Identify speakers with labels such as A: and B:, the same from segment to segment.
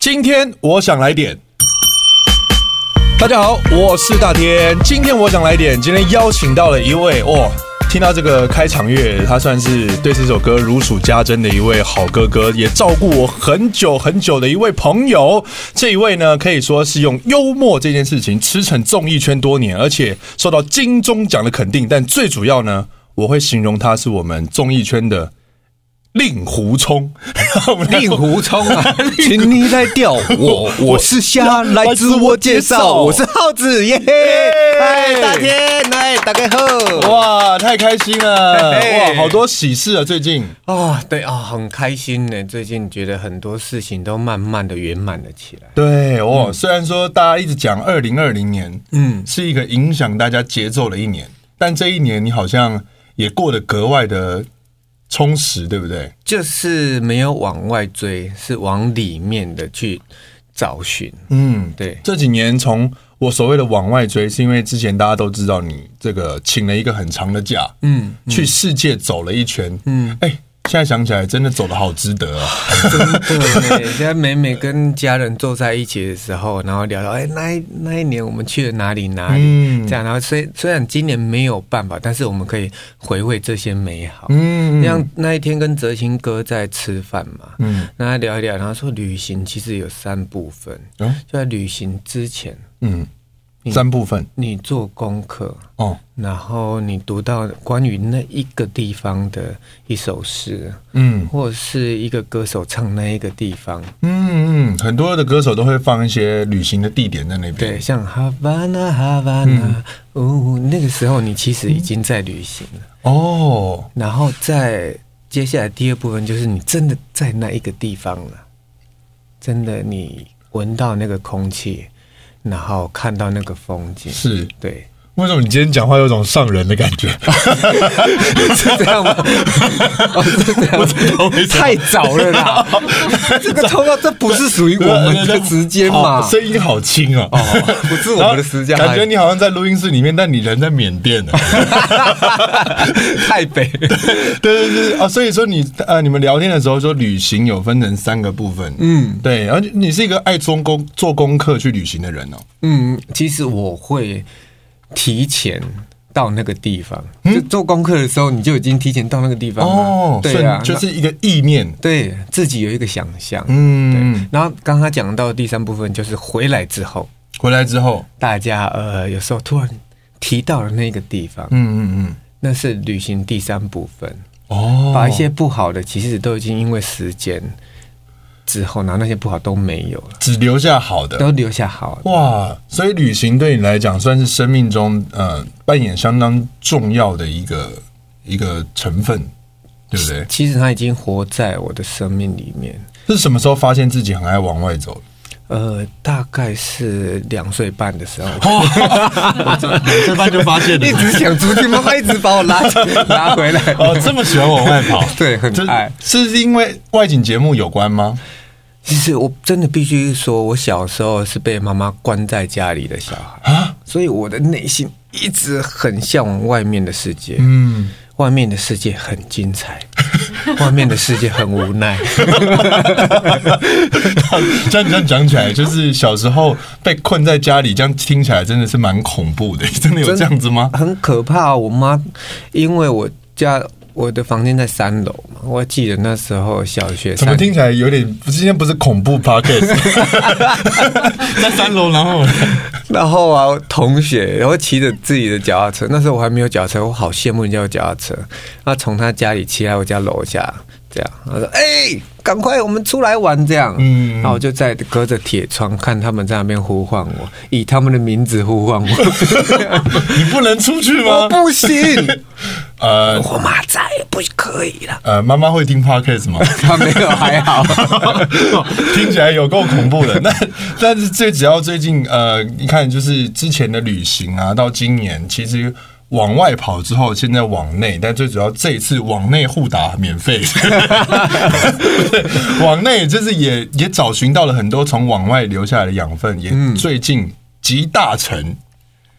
A: 今天我想来点。大家好，我是大天。今天我想来点，今天邀请到了一位哦，听到这个开场乐，他算是对这首歌如数家珍的一位好哥哥，也照顾我很久很久的一位朋友。这一位呢，可以说是用幽默这件事情驰骋综艺圈多年，而且受到金钟奖的肯定。但最主要呢，我会形容他是我们综艺圈的。令狐冲，
B: 令狐冲啊，请你来钓 我，我是虾，来自我介绍， 我是耗子耶！嗨，大天，嗨，大家好！
A: 哇，太开心了！
B: 嘿
A: 哇
B: 嘿，
A: 好多喜事啊，最近。
B: 啊，对啊，很开心呢。最近觉得很多事情都慢慢的圆满了起来。
A: 对哦，虽然说大家一直讲二零二零年，嗯，是一个影响大家节奏的一年，但这一年你好像也过得格外的充实，对不对？
B: 就是没有往外追，是往里面的去找寻。
A: 嗯，
B: 对
A: 这几年从我所谓的往外追，是因为之前大家都知道你这个请了一个很长的假，嗯，去世界走了一圈，嗯，哎，现在想起来真的走的好值得 啊。
B: 对，现在每每跟家人坐在一起的时候，然后聊聊，哎，那一那一年我们去了哪里哪里，
A: 嗯
B: 这样，然后虽虽然今年没有办法，但是我们可以回味这些美好。
A: 嗯，
B: 像那一天跟哲行哥在吃饭嘛，
A: 嗯
B: 嗯，然后聊一聊，然后说旅行其实有三部分，
A: 嗯
B: 就在旅行之前，
A: 嗯，三部分
B: 你做功课，
A: 哦，
B: 然后你读到关于那一个地方的一首诗，
A: 嗯
B: 或者是一个歌手唱那一个地方，
A: 嗯嗯，很多的歌手都会放一些旅行的地点在那边，
B: 对，像哈巴那哈巴那，哦，那个时候你其实已经在旅行了，
A: 哦，
B: 然后在接下来第二部分就是你真的在那一个地方了，真的你闻到那个空气，然后看到那个风景，
A: 是
B: 对，
A: 为什么你今天讲话有种上人的感觉？
B: 是这样吗？哦，是这样吗，太早了啦，这个通告这不是属于我们的时间嘛
A: 哦？声音好轻啊！
B: 哦，不是我们的时间，
A: 感觉你好像在录音室里面，但你人在缅甸呢。
B: 太北。
A: 对对对啊，所以说你呃，你们聊天的时候说旅行有分成三个部分，嗯，对，而且你是一个爱做功做功课去旅行的人哦，
B: 嗯，其实我会提前到那个地方，就做功课的时候，你就已经提前到那个地方了。
A: 嗯哦，所
B: 对
A: 以
B: 啊，
A: 就
B: 那
A: 是一个意念，
B: 对自己有一个想象。
A: 嗯，
B: 然后刚刚讲到的第三部分就是回来之后，
A: 回来之后，
B: 大家呃有时候突然提到了那个地方，
A: 嗯嗯嗯，
B: 那是旅行第三部分，
A: 哦，
B: 把一些不好的其实都已经因为时间之后，然后那些不好都没有了，
A: 只留下好的，
B: 都留下好的。
A: 哇，所以旅行对你来讲算是生命中呃扮演相当重要的一个一个成分，对不对？
B: 其实它已经活在我的生命里面。
A: 是什么时候发现自己很爱往外走？
B: 呃，大概是两岁半的 时候，
A: 这哦半就发现
B: 一直想出去，妈妈一直把我拉拉回来。
A: 哦，这么喜欢往外 跑，
B: 对很爱
A: 这是因为外景节目有关吗？
B: 其实我真的必须说，我小时候是被妈妈关在家里的小孩，
A: 啊，
B: 所以我的内心一直很向往外面的世界。
A: 嗯，
B: 外面的世界很 精彩，外面的世界很无奈。
A: 像 你这样讲起 来，就是小时候被困在家里，这样听起来真的是蛮恐怖的。 真的有这样子吗？
B: 很可怕。我妈因为我家我的房间在三楼嘛，我还记得那时候小学
A: 怎
B: 三
A: 么听起来有点？今天不是恐怖 podcast，在三楼，然 后
B: 然后啊，同学，然后骑着自己的脚踏车，那时候我还没有脚踏车，我好羡慕人家有脚踏车。他从他家里骑来我家楼下，这样，他说：“哎、赶快，我们出来玩。”这样，
A: 嗯
B: 嗯，然后我就在隔着铁窗看他们在那边呼唤我，以他们的名字 呼唤我，
A: 你不能出去 吗？
B: 我不行，
A: 呃
B: 我妈再也不可以了。
A: 呃，妈妈会听 podcast 吗？
B: 他没有，还好。
A: 听起来有够恐怖的。那但是最只要最近呃，你看就是之前的旅行啊，到今年其实。往外跑之后，现在往内，但最主要这一次往内互打免费， 往内就是也也找寻到了很多从往外留下来的养分，也最近集大成，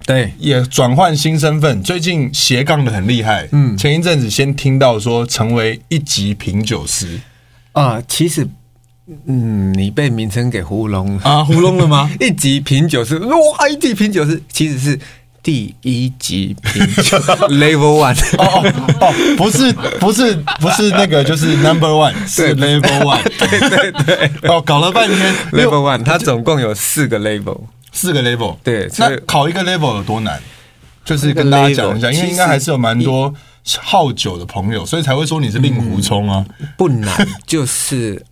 B: 对，
A: 也转换新身份，最近斜杠的很厉害。嗯，前一阵子先听到说成为一级品酒师，
B: 啊、其实嗯，你被名称给糊弄了。
A: 啊，糊弄了吗？
B: 一集品酒是哇，一集品酒是其实是第一集品 酒 level one。
A: 哦哦哦，不是不是不是那个，就是 number one 是 level one，对 对对，哦，搞了半天
B: Level one，它总共有四个 level。
A: 四个 level，
B: 对所以
A: 那考一个 level 有多难？就是跟大家讲一下，
B: 一个 level，
A: 因为应该还是有蛮多好酒的朋友，所以才会说你是令狐冲啊。
B: 不难，就是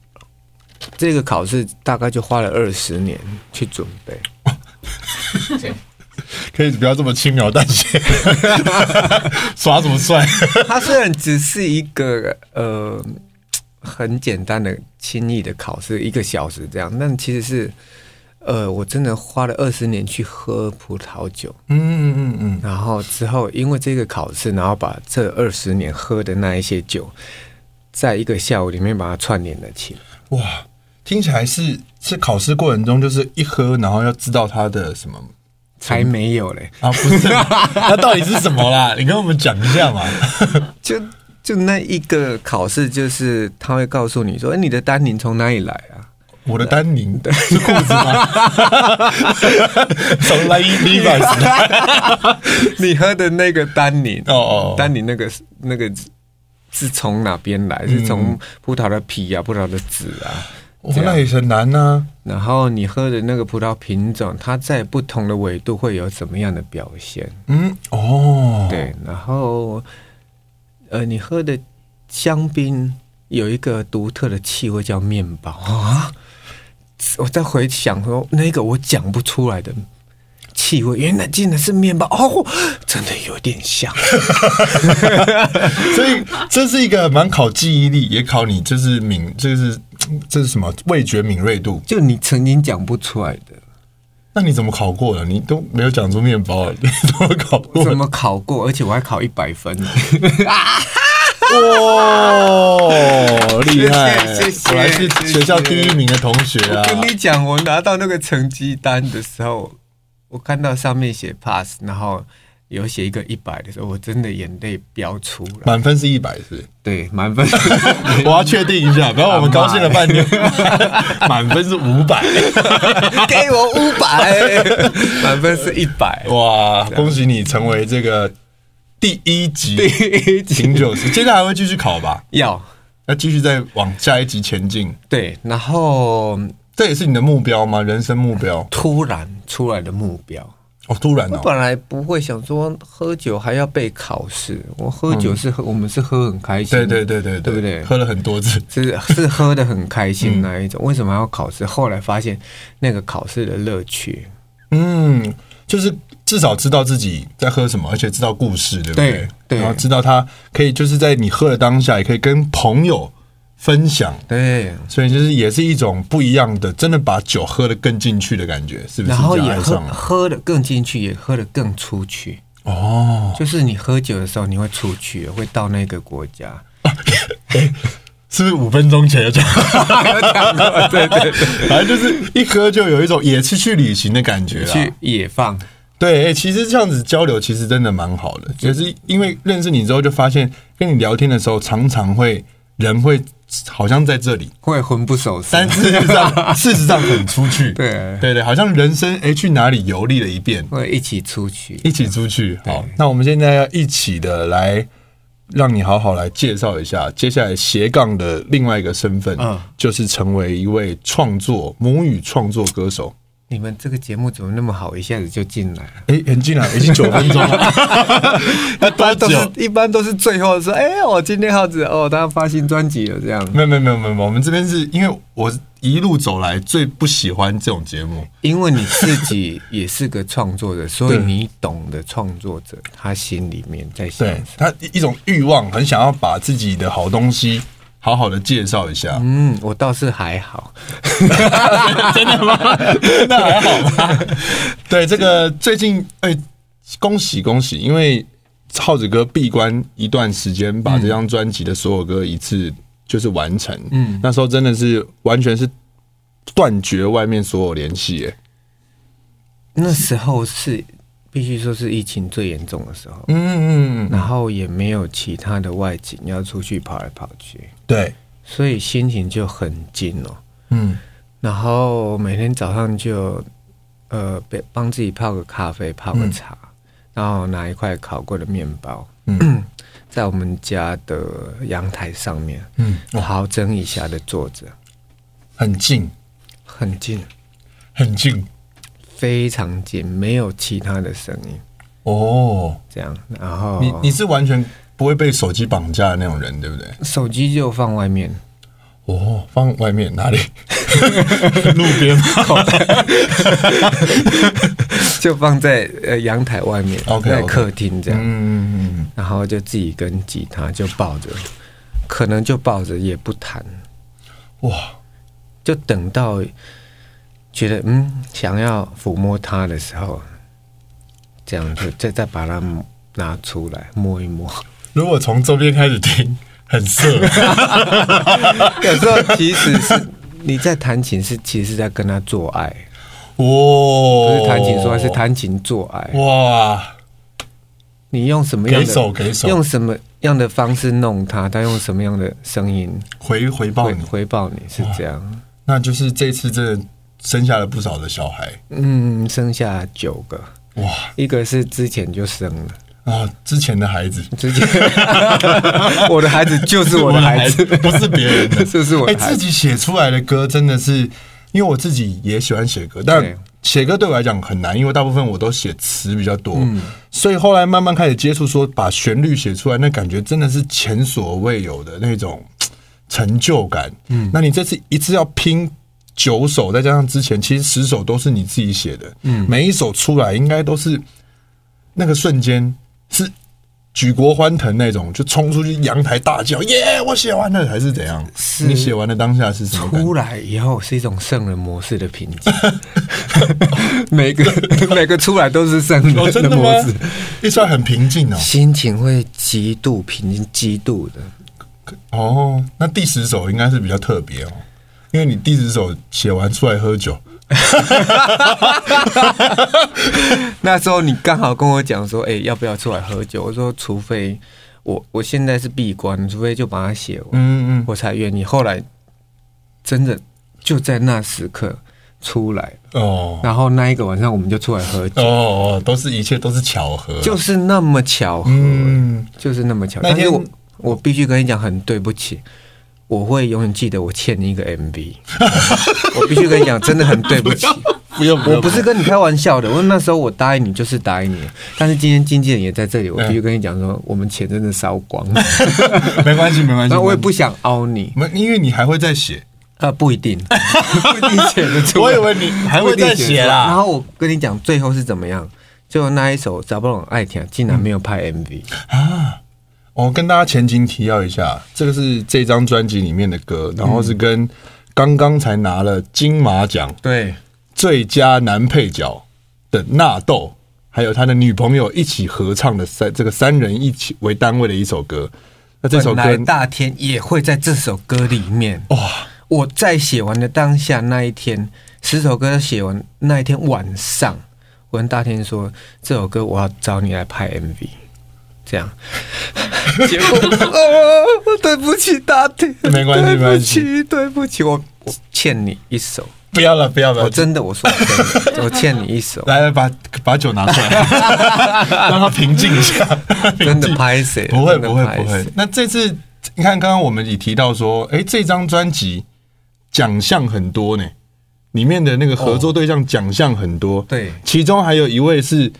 B: 这个考试大概就花了二十年去准备。
A: 可以不要这么轻描淡 写，耍什么帅？
B: 它虽然只是一个呃很简单的、轻易的考试，一个小时这样，但其实是呃，我真的花了二十年去喝葡萄酒，
A: 嗯嗯嗯
B: 然后之后因为这个考试，然后把这二十年喝的那一些酒，在一个下午里面把它串联了起来。
A: 嗯，哇，听起来是是考试过程中就是一喝，然后要知道它的什么
B: 才没有嘞，
A: 啊？不 是，那到底是什么啦？你跟我们讲一下嘛。
B: 就就那一个考试，就是他会告诉你说，哎，你的单宁从哪里来啊？
A: 我的丹宁是裤子吗？ 从来一 Levi's
B: 你喝的那个单宁，
A: 哦哦哦
B: 丹宁那个那个是从哪边来？
A: 嗯
B: 是从葡萄的皮啊，葡萄的籽啊。
A: 哦，那也很难啊呐、
B: 然后你喝的那个葡萄品种，它在不同的纬度会有怎么样的表现？
A: 嗯，哦，，
B: 对，然后呃，你喝的香槟有一个独特的气味叫面包 啊。我在回想说，那个我讲不出来的气味，原来竟然是面包哦，真的有点像。
A: 所以这是一个蛮考记忆力，也考你就是敏，就是这是什么味觉敏锐度？
B: 就你曾经讲不出来的，
A: 那你怎么考过了？你都没有讲出面包 啊，你怎么考过
B: 我？怎么考过？而且我还考一百分。
A: 哇，厉害！
B: 谢谢谢谢
A: 果然是学校第一名的同学啊！
B: 跟你讲，我拿到那个成绩单的时候，我看到上面写 pass，然后有写一个一百的时候，我真的眼泪飙出来。
A: 满分是一百是？
B: 对，满分。
A: 我要确定一下，不然我们高兴了半天。满分 是五百，
B: 给我五百，满分是一百。
A: 哇！恭喜你成为这个第一级
B: 第一集
A: 品酒 师，接下来还会继续考吧？
B: 要
A: 要继续再往下一级前进，
B: 对，然后
A: 这也是你的目标吗？人生目标？
B: 突然出来的目标，
A: 哦，突然
B: 我
A: 哦，
B: 本来不会想说喝酒还要被考试，我喝酒是喝，我们是喝很开心
A: 对
B: 的，
A: 对对对
B: 对不对
A: 喝了很多次，
B: 是是喝的很开
A: 嗯
B: 心那一种，为什么要考试？后来发现那个考试的乐趣，
A: 嗯，就是至少知道自己在喝什么，而且知道故事，对不对？
B: 对对
A: 然后知道它可以就是在你喝的当下，也可以跟朋友分享，
B: 对，
A: 所以就是也是一种不一样的，真的把酒喝得更进去的感觉，是不是？
B: 然后
A: 这样
B: 也
A: 爱
B: 喝
A: 上了
B: 喝的更进去，也喝的更出去。
A: 哦，
B: 就是你喝酒的时候，你会出去，会到那个国 家。
A: 是不是五分钟前就讲？
B: 对 对对，
A: 反正就是一喝就有一种也是去旅行的感觉啦。
B: 去野放，
A: 对、欸其实这样子交流其实真的蛮好的，也是因为认识你之后就发现，跟你聊天的时候常常会人会好像在这里，
B: 会魂不守舍。
A: 但事实 上事实上很出去，
B: 对
A: 对对，好像人生哎、欸去哪里游历了一遍，
B: 会一起出去。
A: 一起出去。好，那我们现在要一起的来。让你好好来介绍一下，接下来斜杠的另外一个身份，
B: 嗯
A: 就是成为一位创作母语创作歌手。
B: 你们这个节目怎么那么好，一下子就进来了？
A: 哎、很近了，已经九分钟 了，要多
B: 都
A: 久？
B: 是一般都是最后说，哎、我今天耗子哦，他发新专辑了，这样。
A: 没有没有没有没有，我们这边是因为我一路走来最不喜欢这种节目，
B: 因为你自己也是个创作者，所以
A: 对
B: 你懂得创作者他心里面在想
A: 对他一一种欲望，很想要把自己的好东西好好的介绍一下。
B: 嗯，我倒是还好，
A: 那还好吧？对，这个最近哎、恭喜恭喜，因为浩子哥闭关一段时间，把这张专辑的所有歌一次就是完成。嗯，那时候真的是完全是断绝外面所有联系，哎
B: 那时候是必须说是疫情最严重的时候，
A: 嗯嗯嗯，
B: 然后也没有其他的外景要出去跑来跑去，
A: 对。
B: 所以心情就很紧哦。
C: 嗯，
B: 然后每天早上就呃，别帮自己泡个咖啡，泡个茶，
A: 嗯
B: 然后拿一块烤过的面包，
C: 嗯
B: 在我们家的阳台上面，
C: 嗯，
B: 毫针以下的坐着，
C: 很近，
B: 很近，
C: 很近
B: 非常近，没有其他的声音，
C: 哦。
B: 这样，然后
C: 你
A: 你是完全不会被手机绑架的那种人，对不对？
B: 手机就放外面，
C: 哦，放外面 哪里？路边吗？
B: 就放在呃阳台外面
A: OK，OK
B: 在客厅这样，
A: 嗯，
B: 然后就自己跟吉他就抱着，可能就抱着也不弹，
C: 哇，
B: 就等到觉得嗯想要抚摸它的时候，这样就再再把它拿出来摸一摸。
C: 如果从周边开始听，很 色。
B: 有时候其实是你在弹琴是其实是在跟他做爱，不
C: 哦，
B: 是弹琴说爱是弹琴做爱。
C: 哇，
B: 你用什么样
C: 给
B: 的
C: 手给手，
B: 用什么样的方式弄它，它用什么样的声音
A: 回回报
B: 回
A: 你，
B: 回报你是这样。
A: 那就是这次真的生下了不少的小孩
B: 嗯，生下九个，
A: 哇
B: 一个是之前就生了。
A: 啊！之前的孩子，
B: 之前我的孩子就是我的孩 子，
A: 不是别人的，
B: 这是我
A: 哎、
B: 的孩
A: 自
B: 子。
A: 己写出来的歌真的是，因为我自己也喜欢写歌，但
B: 对
A: 写歌对我来讲很难，因为大部分我都写词比较多，
B: 嗯
A: 所以后来慢慢开始接触，说把旋律写出来，那感觉真的是前所未有的那种嘖成就感。嗯，那你这次一次要拼。九首，再加上之前其实十首都是你自己写的，嗯，每一首出来应该都是那个瞬间是举国欢腾那种，就冲出去阳台大叫耶！我写完了，还是怎样？
B: 是
A: 你写完的当下是什么感觉
B: 出？来以后是一种圣人模式的评级， 每个每个出来都是圣
A: 哦，
B: 人
A: 真的吗
B: 模式，？
A: 一出来很平静哦。
B: 心情会极度平静，极度的。
A: 哦，那第十首应该是比较特别哦，因为你第十首写完出来喝酒，
B: 那时候你刚好跟我讲说，哎、要不要出来喝酒？我说，除非我我现在是闭关，除非就把它写完，
A: 嗯嗯，
B: 我才愿意。后来真的就在那时刻出来，
A: 哦
B: 然后那一个晚上我们就出来喝酒，
A: 哦哦，都是一切都是巧合，
B: 就是那么巧合，
A: 嗯，
B: 就是那么巧。
A: 那
B: 但
A: 天
B: 是我我必须跟你讲，很对不起，我会永远记得我欠你一个 MV。我必须跟你讲，真的很对不起。
A: 不用
B: 我不是跟你开玩笑的，我那时候我答应你就是答应你，但是今天经纪人也在这里，我
A: 嗯
B: 必须跟你讲说，我们钱真的烧光 了，
A: 没关系没关系，
B: 然后我也不想凹你，
A: 没，因为你还会再 写，
B: 啊，不一 定，不一定写得出
A: 我
B: 来
A: 以。为你还会再写
B: 然
A: 啦，
B: 后我跟你讲，最后是怎么样？就那一首《找不懂爱情》，竟然没有拍 MV，、
A: 啊。哦，跟大家前情提要一下，这个是这张专辑里面的歌，然后是
B: 嗯
A: 跟刚刚才拿了金马奖
B: 对，
A: 最佳男配角的纳豆，还有他的女朋友一起合唱的三这个三人一起为单位的一首歌。那这首
B: 本
A: 歌
B: 来大天也会在这首歌里面。
A: 哇，
B: 我在写完的当下那一天，十首歌写完那一天晚上，我跟大天说这首歌我要找你来拍 MV，这样。 结果、 呃，对不起大天，
A: 没关系
B: 对
A: 没
B: 不
A: 关系
B: 起，对不起，我我欠你一首，
A: 不要了，不要了，
B: 我真的我说 真的，我欠你一首，
A: 来来把把酒拿 出来，让他平静一下。
B: 真的拍谁？
A: 不会
B: 真的
A: 不会
B: 拍
A: 不会
B: 谁。
A: 那这次你看，刚刚我们也提到说，哎，这张专辑奖项很多呢，里面的那个合作对象奖项很多，
B: 对
A: 其中还有一位是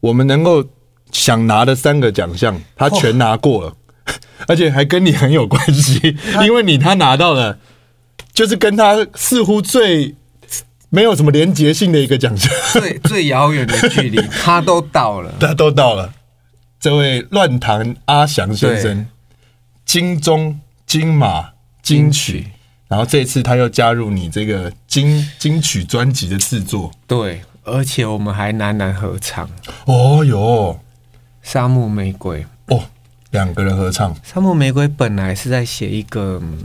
A: 我们能够想拿的三个奖项，他全拿过了， 而且还跟你很有关系，因为你他拿到了，就是跟他似乎最没有什么连结性的一个奖项，
B: 最最遥远的距离，他都 到了。
A: 他都到了。这位乱弹阿翔先生，金钟、金马、金曲，然后这次他又加入你这个金金曲专辑的制作。
B: 对，而且我们还男男合唱《
A: 哦哟，
B: 沙漠玫瑰》。
A: 哦，两个人合唱，
B: 《沙漠玫瑰》本来是在写一个、嗯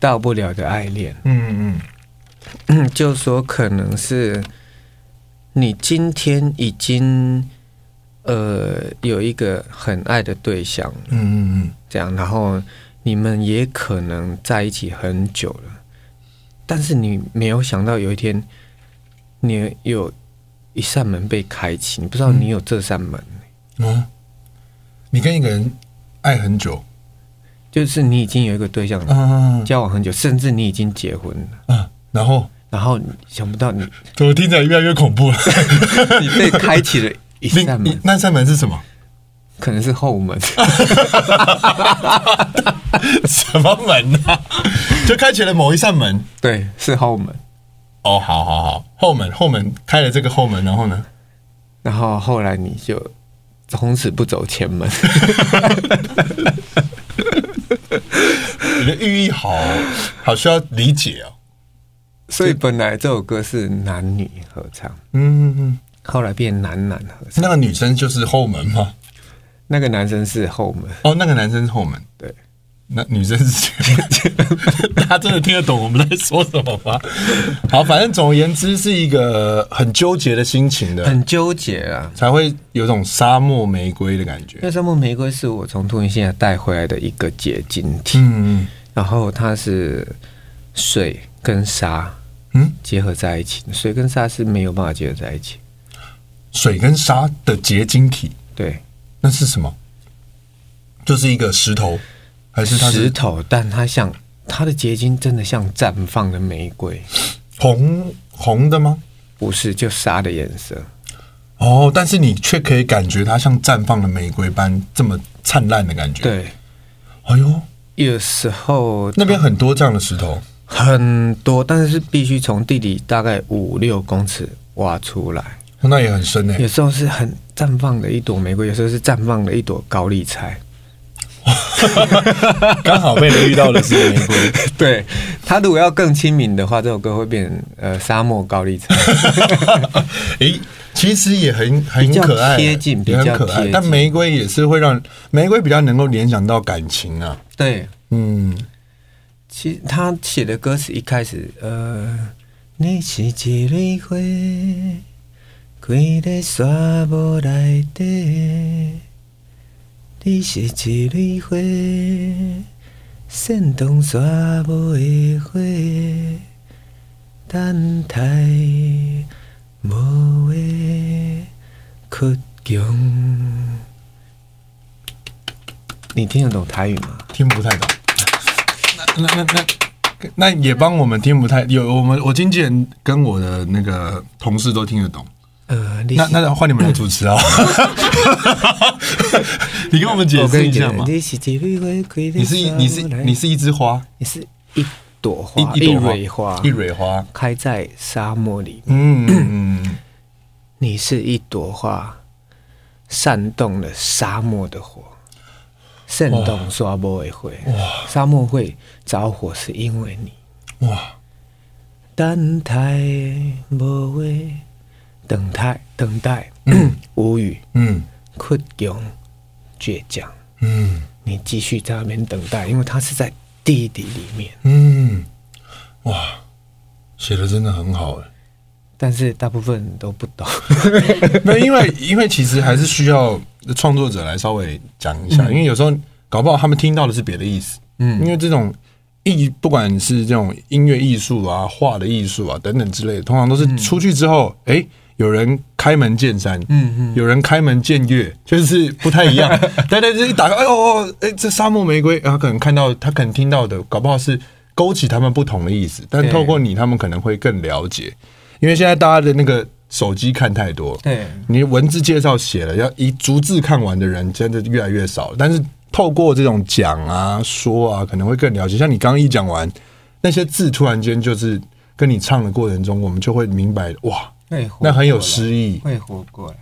B: 到不了的爱恋，
A: 嗯嗯，
B: 就说可能是你今天已经呃有一个很爱的对象，
A: 嗯嗯嗯，
B: 这样，然后你们也可能在一起很久了，但是你没有想到有一天，你有一扇门被开启，你不知道你有这扇门，
A: 嗯，你跟一个人爱很久，
B: 就是你已经有一个对象了，
A: 嗯
B: 交往很久，甚至你已经结婚了，
A: 嗯，然后
B: 然后你想不到你
A: 怎么听起来越来越恐怖了？
B: 你被开启了
A: 你
B: 一扇
A: 你
B: 门，
A: 那扇门是什么？
B: 可能是后门。
A: 什么门呢、就开启了某一扇门。
B: 对，是后门。
A: 哦，好好好，后门后门开了这个后门，然后呢？
B: 然后后来你就从此不走前 门，
A: 你的寓意好好需要理解哦。
B: 所以本来这首歌是男女合唱，
A: 嗯嗯嗯，
B: 后来变男男合唱。
A: 那个女生就是后门吗？
B: 那个男生是后门，
A: 哦，那个男生是后门，
B: 对，
A: 那女生是前门。 大家真的听得懂我们在说什么吗？好，反正总而言之是一个很纠结的心情的，
B: 很纠结啊。
A: 才会有种沙漠玫瑰的感
B: 因为
A: 觉。
B: 沙漠玫瑰是我从突尼西亚带回来的一个结晶体，
A: 嗯
B: 然后它是水跟沙
A: 嗯，
B: 结合在一起，水跟沙是没有办法结合在一起。
A: 水跟沙的结晶体，
B: 对，
A: 那是什么？就是一个石头，还是它
B: 石
A: 是
B: 头，但它像它的结晶真的像绽放的玫瑰，
A: 红红的吗？
B: 不是就沙的颜色。
A: 哦，但是你却可以感觉它像绽放的玫瑰般这么灿烂的感觉。，
B: 对，
A: 哎呦，
B: 有时候
A: 那边很多这样的石头。
B: 很多，但是必须从地底大概五六公尺挖出来。
A: 哦那也很深呢、
B: 有时候是很绽放的一朵玫瑰，有时候是绽放的一朵高丽菜。
C: 刚好被你遇到的是玫瑰。
B: 对，它如果要更亲民的话，这首歌会变成呃沙漠高丽菜。
A: 诶、其实也很很
B: 比较
A: 可爱，
B: 贴近
A: 也
B: 比较
A: 很可
B: 贴
A: 爱。
B: 近
A: 但玫瑰也是会让玫瑰比较能够联想到感情啊。
B: 对，
A: 嗯，
B: 其实他写的歌词一开始，呃，你是一蕊花，开在沙漠内底。你是一蕊花，煽动沙漠的火，等待无话倔强。你听得懂台语吗？
A: 听不太懂。那那那那那也帮我们听不太有我们我经纪人跟我的那个同事都听得懂。
B: 呃，你
A: 那
B: 是
A: 那换你们来主持啊！你跟我们解
B: 我跟
A: 释
B: 你
A: 一下
B: 讲，
A: 嘛。
B: 你是一蕊花开在
A: 你是一
B: 沙
A: 你是
B: 漠内
A: 你是一枝花，
B: 你是一朵
A: 一
B: 花，
A: 朵
B: 蕊花
A: 一，蕊花。
B: 开在沙漠里。
A: 嗯嗯嗯，
B: 你是一朵花，煽动了沙漠的火，煽动沙漠的火。沙漠会着火是因为你。
A: 嗯哇，
B: 等待无话，等待等待，无语，
A: 嗯
B: 倔强，倔强。
A: 嗯
B: 你继续在那边等待，因为它是在地底里面。
A: 嗯，哇，写的真的很好哎。
B: 但是大部分人都不 懂。
A: 没有，因为因为其实还是需要创作者来稍微讲一下，因为有时候搞不好他们听到的是别的意思。嗯，因为这种艺，不管是这种音乐艺术啊、画的艺术啊等等之类的，通常都是出去之后，哎、有人开门见山，嗯嗯，有人开门见月，就是不太一样。 对对，就是一打开，哎呦哦，哎，这沙漠玫瑰，然后可能看到他可能听到的，搞不好是勾起他们不同的意思，但
B: 对
A: 透过你，他们可能会更了解，因为现在大家的那个手机看太多，
B: 对
A: 你文字介绍写了，要一逐字看完的人真的越来越少。但是透过这种讲啊、说啊，可能会更了解。像你刚刚一讲完，那些字突然间就是跟你唱的过程中，我们就会明白，哇，
B: 会活
A: 那很有
B: 过来
A: 诗意。
B: 会活过来。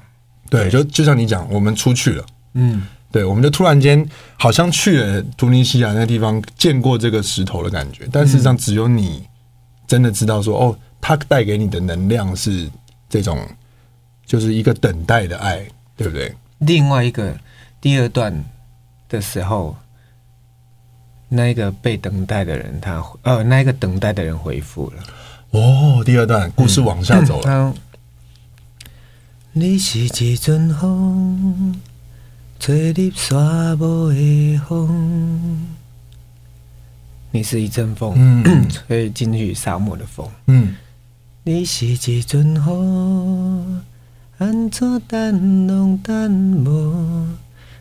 A: 对，就就像你讲，我们出去了，
B: 嗯，
A: 对，我们就突然间好像去了突尼西亚那个地方，见过这个石头的感觉。但事实上，只有你真的知道说，哦，它带给你的能量是这种，就是一个等待的爱，对不对？
B: 另外一个第二段的时候，那一个被等待的人他，呃，那一个等待的人回复了，
A: 哦，第二段故事往下走了，
B: 他你是一阵风，吹入沙漠的风，你是一阵风，
A: 嗯
B: 所以进去沙漠的风。
A: 嗯，
B: 你是一阵雨，安怎等拢等无？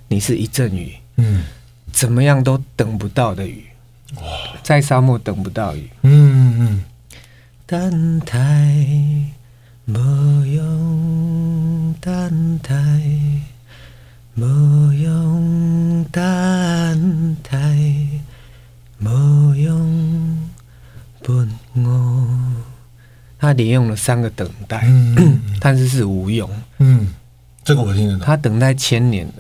B: 你是一阵雨，
A: 嗯
B: 怎么样都等不到的雨，在沙漠等不到雨。
A: 嗯嗯，
B: 等待无用，等待无用，等待无用，本我。他连用了三个等待，但是是无用。
A: 嗯，这个我听得懂。
B: 他等待千年了，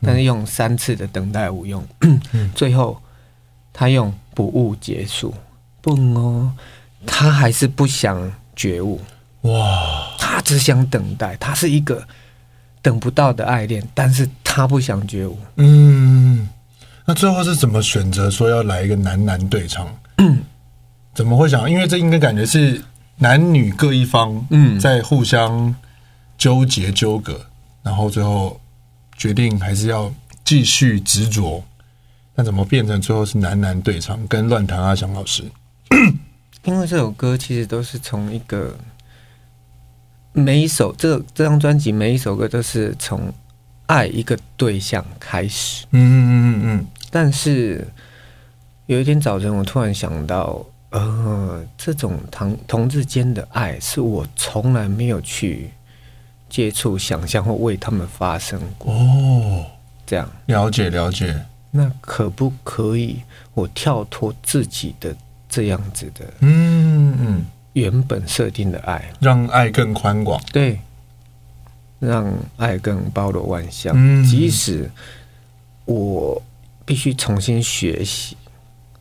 B: 但是用三次的等待无用， 最后他用不悟结束。不哦，他还是不想觉悟，
A: 哇，
B: 他只想等待。他是一个等不到的爱恋，但是他不想觉悟。
A: 嗯，那最后是怎么选择说要来一个男男对唱？怎么会想？因为这应该感觉是男女各一方，嗯，
B: 嗯
A: 在互相纠结纠葛，然后最后决定还是要继续执着。那怎么变成最后是男男对唱，跟乱弹阿翔老师？
B: 因为这首歌其实都是从一个每一首这这张专辑每一首歌都是从爱一个对象开始。
A: 嗯嗯嗯
B: 但是有一天早晨，我突然想到，呃，这种同同志间的爱是我从来没有去接触、想象或为他们发生过。
A: 嗯，哦，
B: 这样，
A: 了解了解，
B: 那可不可以我跳脱自己的这样子的
A: 嗯嗯，
B: 原本设定的爱，
A: 让爱更宽广，
B: 对，让爱更包罗万象，
A: 嗯
B: 即使我必须重新学习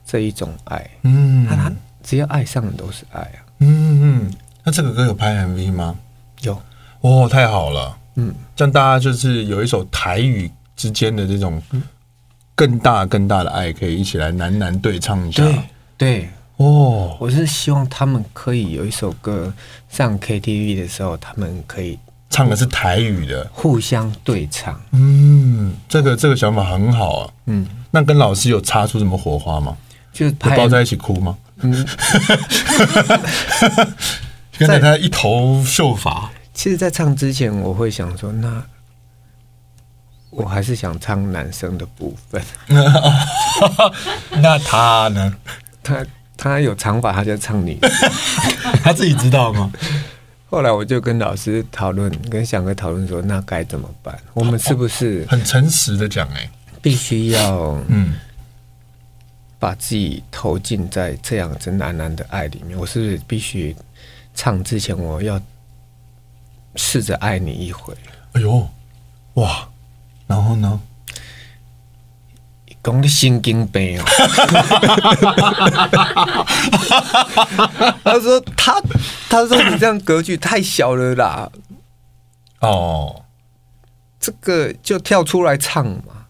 B: 这一种爱。
A: 嗯
B: 他他只要爱上的都是爱啊。
A: 嗯嗯，那这个歌有拍 MV 吗？
B: 有，
A: 哦，太好了，
B: 嗯，
A: 这样大家就是有一首台语之间的这种更大更大的爱，可以一起来喃喃对唱一下。
B: 对对，
A: 哦，
B: 我是希望他们可以有一首歌上 KTV 的时候，他们可以
A: 唱的是台语的，
B: 互相对唱。
A: 嗯，这个这个想法很好啊。
B: 嗯，
A: 那跟老师有擦出什么火花吗？
B: 就是
A: 有
B: 拍
A: 抱在一起哭吗？
B: 嗯，
A: 跟着他一头秀发，
B: 其实，在唱之前，我会想说，那我还是想唱男生的部分。
A: 那他呢？
B: 他他有长发，他就唱女。
A: 他自己知道吗？
B: 后来我就跟老师讨论，跟翔哥讨论说，那该怎么办？我们是不是
A: 很诚实的讲，哎，
B: 必须要
A: 嗯，
B: 把自己投进在这样子男男的爱里面，我是不是必须唱之前，我要试着爱你一回？
A: 哎呦，哇，然后呢？
B: 讲你神经病哦！他说他他说你这样格局太小了啦，
A: 哦
B: 这个就跳出来唱嘛，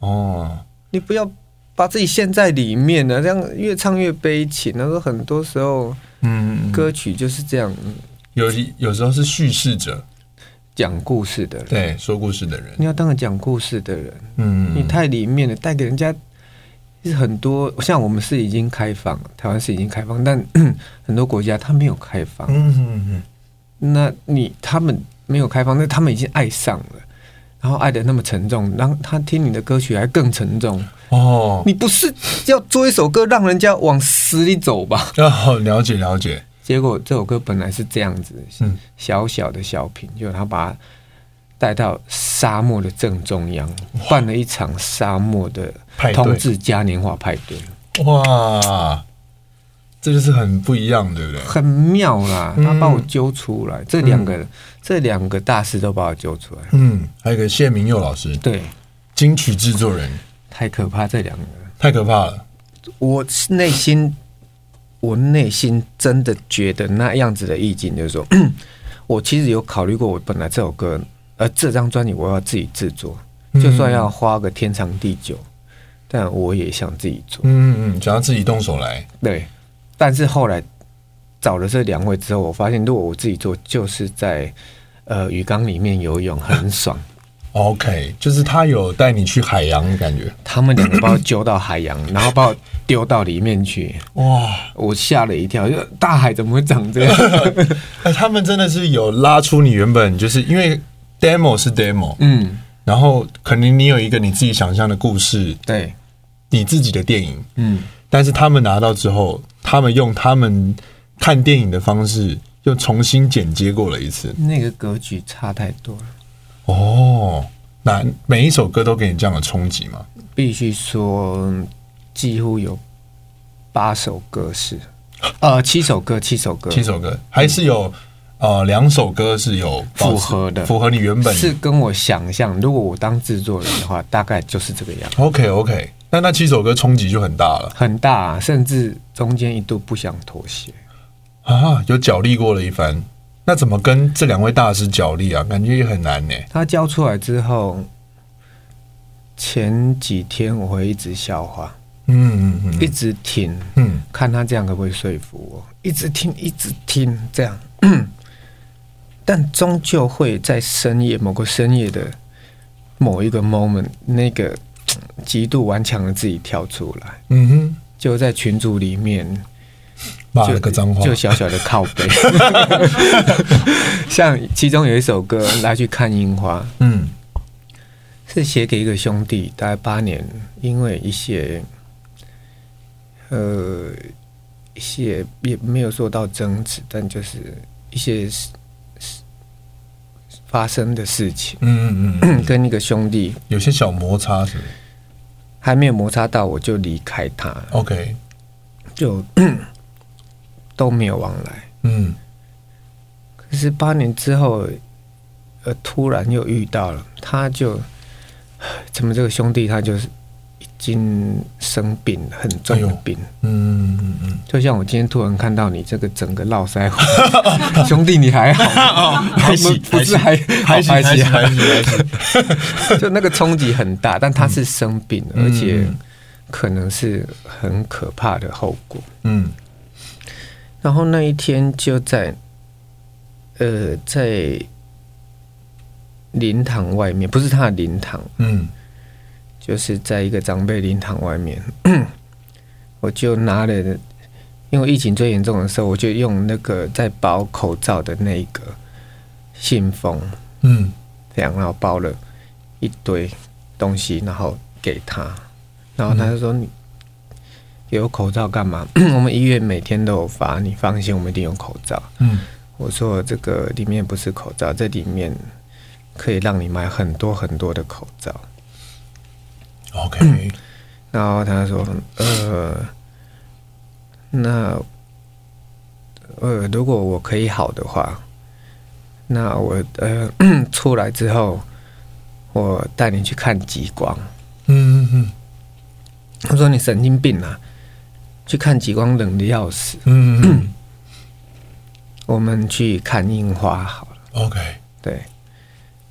A: 哦，
B: 你不要把自己陷在里面啊了、这样越唱越悲情。啊他说很多时候
A: 嗯，
B: 歌曲就是这样
A: 有有时候是叙事者，
B: 讲故事的人，
A: 对，说故事的人，
B: 你要当个讲故事的人。
A: 嗯，
B: 你太里面了，带给人家其实很多。像我们是已经开放，台湾是已经开放，但 很多国家它没有开放。
A: 嗯嗯
B: 那你他们没有开放，那他们已经爱上了，然后爱的那么沉重，然后他听你的歌曲还更沉重。
A: 嗯，哦，
B: 你不是要做一首歌让人家往死里走吧？
A: 哦，了解了解，
B: 结果这首歌本来是这样子，
A: 嗯
B: 小小的小品，就他把它带到沙漠的正中央，办了一场沙漠的
A: 派对
B: 同志嘉年华派对，
A: 哇，这就是很不一样，对不对？
B: 很妙啦！
A: 嗯
B: 他把我揪出来，这两个这两个大师都把我揪出来，
A: 嗯，还有一个谢明佑老师，
B: 对，
A: 金曲制作人，
B: 太可怕！这两个，
A: 太可怕了。
B: 我内心我内心真的觉得那样子的意境，就是说 我其实有考虑过，我本来这首歌。呃，这张专辑我要自己制作，就算要花个天长地久，但我也想自己做。
A: 嗯，嗯嗯，想要自己动手来，
B: 对，但是后来找了这两位之后，我发现如果我自己做，就是在呃鱼缸里面游泳很爽，
A: OK，就是他有带你去海洋的感觉，
B: 他们两个把我揪到海洋，然后把我丢到里面去，
A: 哇！
B: 我吓了一跳，就大海怎么会长这样？
A: 哎，他们真的是有拉出你原本就是因为 demo 是 demo，
B: 嗯，
A: 然后可能你有一个你自己想象的故事，
B: 对，
A: 你自己的电影，
B: 嗯，
A: 但是他们拿到之后，他们用他们看电影的方式又重新剪接过了一次。
B: 那个格局差太多了。
A: 哦，那每一首歌都给你这样的冲击吗？
B: 必须说，几乎有八首歌是，呃，七首歌，七首歌
A: 七首歌还是有呃两首歌是有
B: 符合的
A: 符合你原本
B: 是跟我想象，如果我当制作人的话，大概就是这个样，
A: OK OK，那那七首歌冲击就很大了
B: 很大、啊甚至中间一度不想妥协。
A: 啊，有角力过了一番。那怎么跟这两位大师角力啊？感觉也很难呢、
B: 他交出来之后，前几天我会一直消化，
A: 嗯嗯
B: 一
A: 嗯
B: 直听，
A: 嗯，
B: 看他这样可不可以说服我，一直听，一直听，这样， 但终究会在深夜某个深夜的某一个 moment，那个极度顽强的自己跳出来，
A: 嗯哼，
B: 就在群组里面
A: 骂
B: 就
A: 了个脏话，
B: 就小小的靠 背。 像其中有一首歌《来去看樱花》，
A: 嗯
B: 是写给一个兄弟，大概八年，因为一些呃一些也没有说到争执，但就是一些事事发生的事情，
A: 嗯嗯嗯，
B: 跟一个兄弟
A: 有些小摩擦是不是
B: 还没有摩擦到，我就离开他，
A: OK，
B: 就 都没有往来。
A: 嗯
B: 可是八年之后，呃，突然又遇到了，他就怎么这个兄弟他就是已经生病了，很重
A: 哎呦
B: 的病，
A: 嗯嗯嗯
B: 就像我今天突然看到你这个整个络 腮胡，兄弟你还好吗？哦
A: 还行
B: 不是还
A: 嗯，还行
B: 好
A: 还行
B: 啊
A: 还行还行，
B: 就那个冲击很大，但他是生病了，
A: 嗯
B: 而且可能是很可怕的后果。
A: 嗯
B: 然后那一天就在，呃，在灵堂外面，不是他的灵堂，
A: 嗯
B: 就是在一个长辈灵堂外面， 我就拿了，因为疫情最严重的时候，我就用那个在包口罩的那一个信封，
A: 嗯，
B: 这样，然后包了一堆东西，然后给他，然后他就说：“你给我口罩干嘛？ 我们医院每天都有发，你放心，我们一定有口罩。”
A: 嗯，
B: 我说：“这个里面不是口罩，这里面可以让你买很多很多的口罩。”
A: OK，嗯
B: 然后他说：“呃，那呃，如果我可以好的话，那我呃出来之后，我带你去看极光。
A: 嗯嗯嗯”
B: 他说：“你神经病啊！去看极光冷的要死，
A: 嗯嗯
B: 我们去看樱花好了。
A: ，OK，”
B: 对，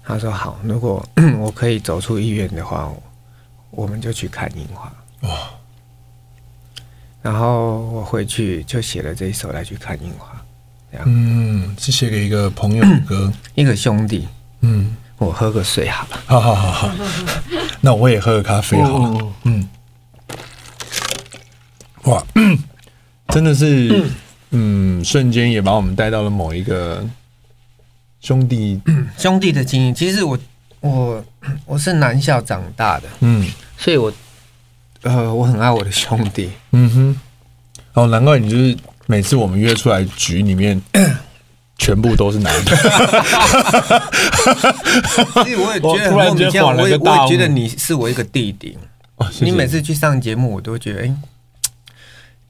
B: 他说：“好，如果 我可以走出医院的话，我们就去看樱花。”
A: 哇，
B: 然后我回去就写了这一首来去看樱花，
A: 嗯，是写给一个朋友的歌，
B: 一个兄弟，
A: 嗯。
B: 我喝个水好了。
A: 好好好好，那我也喝个咖啡好了。嗯，哇，真的是，嗯，瞬间也把我们带到了某一个兄弟，
B: 兄弟的经营，其实我我我是南校长大的，
A: 嗯
B: 所以我呃我很爱我的兄 弟。
A: 嗯哼，哦，难怪你就是每次我们约出来局里面。全部都是男的，
B: 所以我也觉得
A: 我突
B: 很
A: 然
B: 莫
A: 间
B: 名其妙，
A: 恍然
B: 我也
A: 个大
B: 我
A: 悟
B: 也觉得你是我一个弟弟。
A: 哦谢谢
B: 你每次去上节目，我都觉得哎、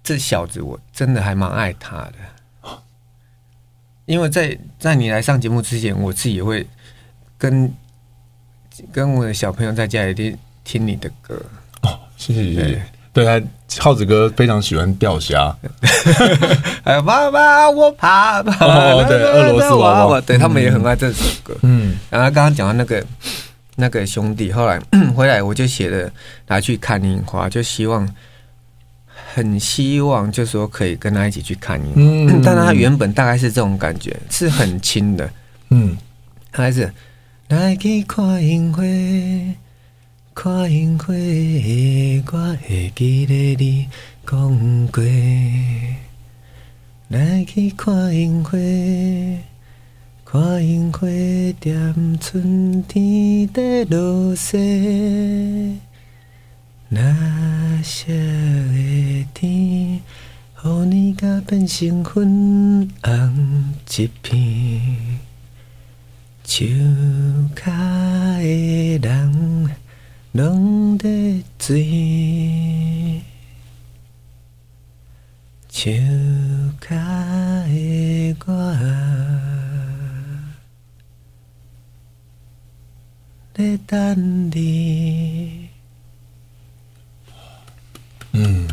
B: 这小子我真的还蛮爱他的。因为在在你来上节目之前，我自己也会跟跟我的小朋友在家里听听你的歌，
A: 哦，谢谢谢谢。对啊，耗子哥非常喜欢钓虾，
B: 哎，爸爸，我怕爸爸。
A: 哦对俄罗斯娃娃
B: 对他们也很爱这首歌。
A: 嗯
B: 然后刚刚讲到那个那个兄弟，后来 回来我就写了拿去看樱花，就希望很希望，就说可以跟他一起去看樱花。
A: 嗯
B: 但他原本大概是这种感觉，是很亲的，
A: 嗯
B: 他还是来去看樱花，看樱花，我会记得你讲过。来去看樱花，看樱花踮春天在落雪。那些的天，予你甲变成粉红一片。树脚的人拢在醉，树脚的我在等你。嗯，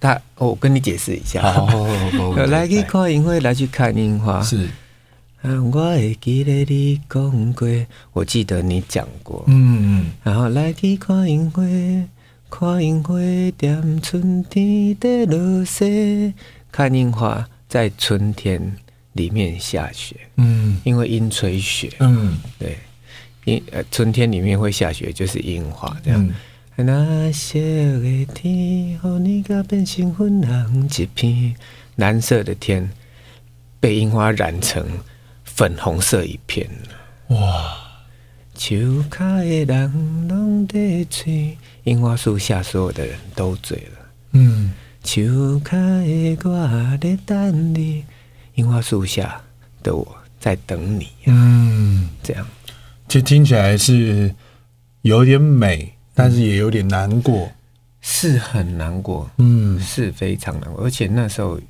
B: 他，我跟你解释一下。
A: 好好好好好
B: 来去看樱花，来去看樱花。
A: 是，
B: 啊，我会记得你讲过，我记得你讲过。
A: 嗯，
B: 然后来去看樱花，看樱花踮春天在落雪，看樱花在春天里面下雪，
A: 嗯，
B: 因为阴吹雪。
A: 嗯，
B: 对，樱呃春天里面会下雪，就是樱花这样。那些的天，和你甲变成粉红一片，蓝色的天被樱花染成粉红色一片。
A: 哇，
B: 树下的人拢在醉，樱花树下所有的人都醉了。
A: 嗯，
B: 树下的我在等你，樱花树下的我在等你。
A: 嗯，
B: 这样，
C: 其实听起来是有点美，但是也有点难过。
B: 是很难过，
C: 嗯
B: 是非常难过。而且那时候，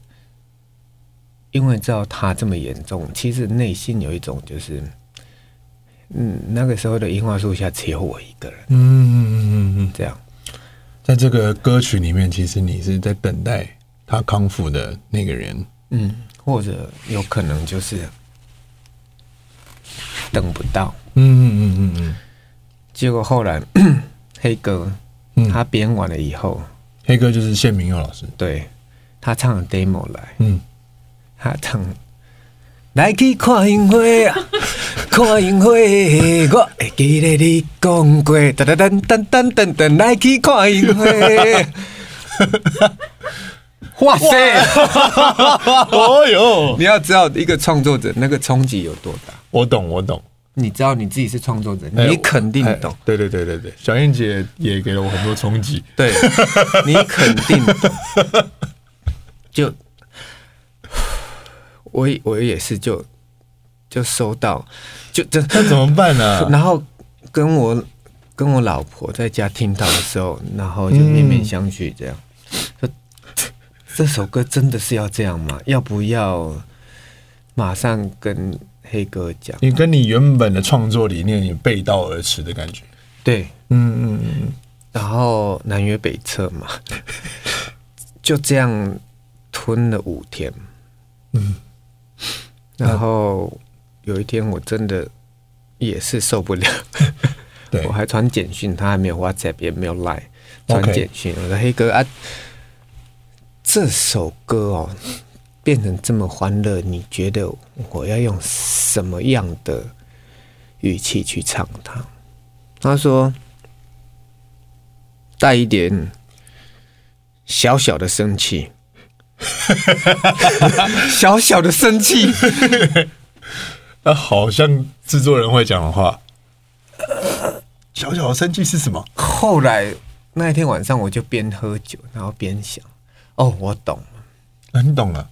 B: 因为知道他这么严重，其实内心有一种就是，嗯，那个时候的樱花树下只有我一个人，
C: 嗯嗯嗯嗯，
B: 这样
C: 在这个歌曲里面，其实你是在等待他康复的那个人。
B: 嗯，或者有可能就是等不到。
C: 嗯嗯嗯嗯
B: 结果后来 黑哥
C: 嗯
B: 他编完了以后，
C: 黑哥就是谢明佑老师。
B: 对他唱了 demo 来，
C: 嗯，
B: 他唱来去看樱花 啊，看樱花，我会记得你讲过，噔噔噔噔噔噔噔，来去看樱花。哇塞！
C: 哦
B: 哎
C: 哟，
B: 你要知道一个创作者那个冲击有多大，
C: 我懂，我懂，
B: 你知道你自己是创作者，
C: 哎
B: 你肯定
C: 哎
B: 懂。
C: 对对对对对，
A: 小燕姐也给了我很多冲击。
B: 对 你肯定懂 就 我也我也是就就收到，就 这，
A: 那怎么办 呢、
B: 然后跟我跟我老婆在家听到的时候，然后就面面相觑，这样、说 这首歌真的是要这样吗？要不要马上跟黑哥讲？
C: 你跟你原本的创作理念也背道而驰的感觉。
B: 对，
C: 嗯嗯嗯
B: 然后南约北侧嘛， 就这样吞了五天。
C: 嗯，
B: 然后有一天我真的也是受不了，
C: 对
B: 我还传简讯，他还没有 WhatsApp 也没有 Line，
C: OK
B: 传简讯，我说黑哥啊，这首歌哦变成这么欢乐，你觉得我要用什么样的语气去唱它？他说带一点小小的 生气。小小的生气，
C: 那好像制作人会讲的话。小小的生气是什么？
B: 后来那一天晚上，我就边喝酒，然后边想，哦，我懂了，
C: 啊你懂了。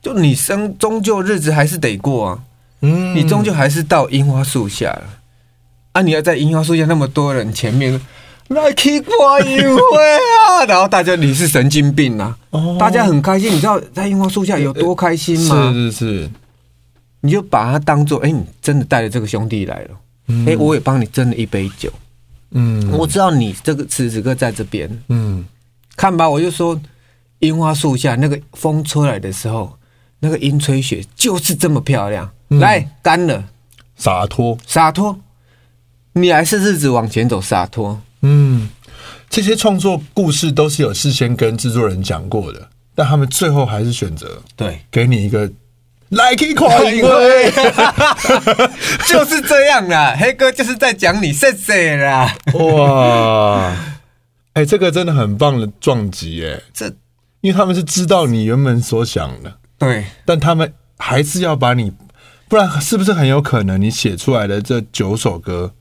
B: 就你生终究日子还是得过啊，
C: 嗯
B: 你终究还是到樱花树下了，啊，你要在樱花树下那么多人前面。来去看樱 花啊！然后大家你是神经病啊！
C: 哦
B: 大家很开心，你知道在樱花树下有多开心吗？
C: 是是是，
B: 你就把它当做，哎、你真的带了这个兄弟来了，哎、我也帮你斟了一杯酒，
C: 嗯
B: 我知道你这个此时此刻在这边，
C: 嗯，
B: 看吧，我就说樱花树下那个风吹来的时候，那个樱吹雪就是这么漂亮。来，干了，
C: 洒脱。
B: 洒脱，你还是日子往前走，洒脱。
C: 嗯，这些创作故事都是有事先跟制作人讲过的，但他们最后还是选择
B: 对
C: 给你一个
A: 来去看音
B: 对，就是这样啦，黑哥就是在讲你谢谢啦。
C: 哎
A: 哇，哎、这个真的很棒的撞击
C: 哎
A: 耶！
B: 这
A: 因为他们是知道你原本所想的，
B: 对
A: 但他们还是要把你，不然是不是很有可能你写出来的这九首歌，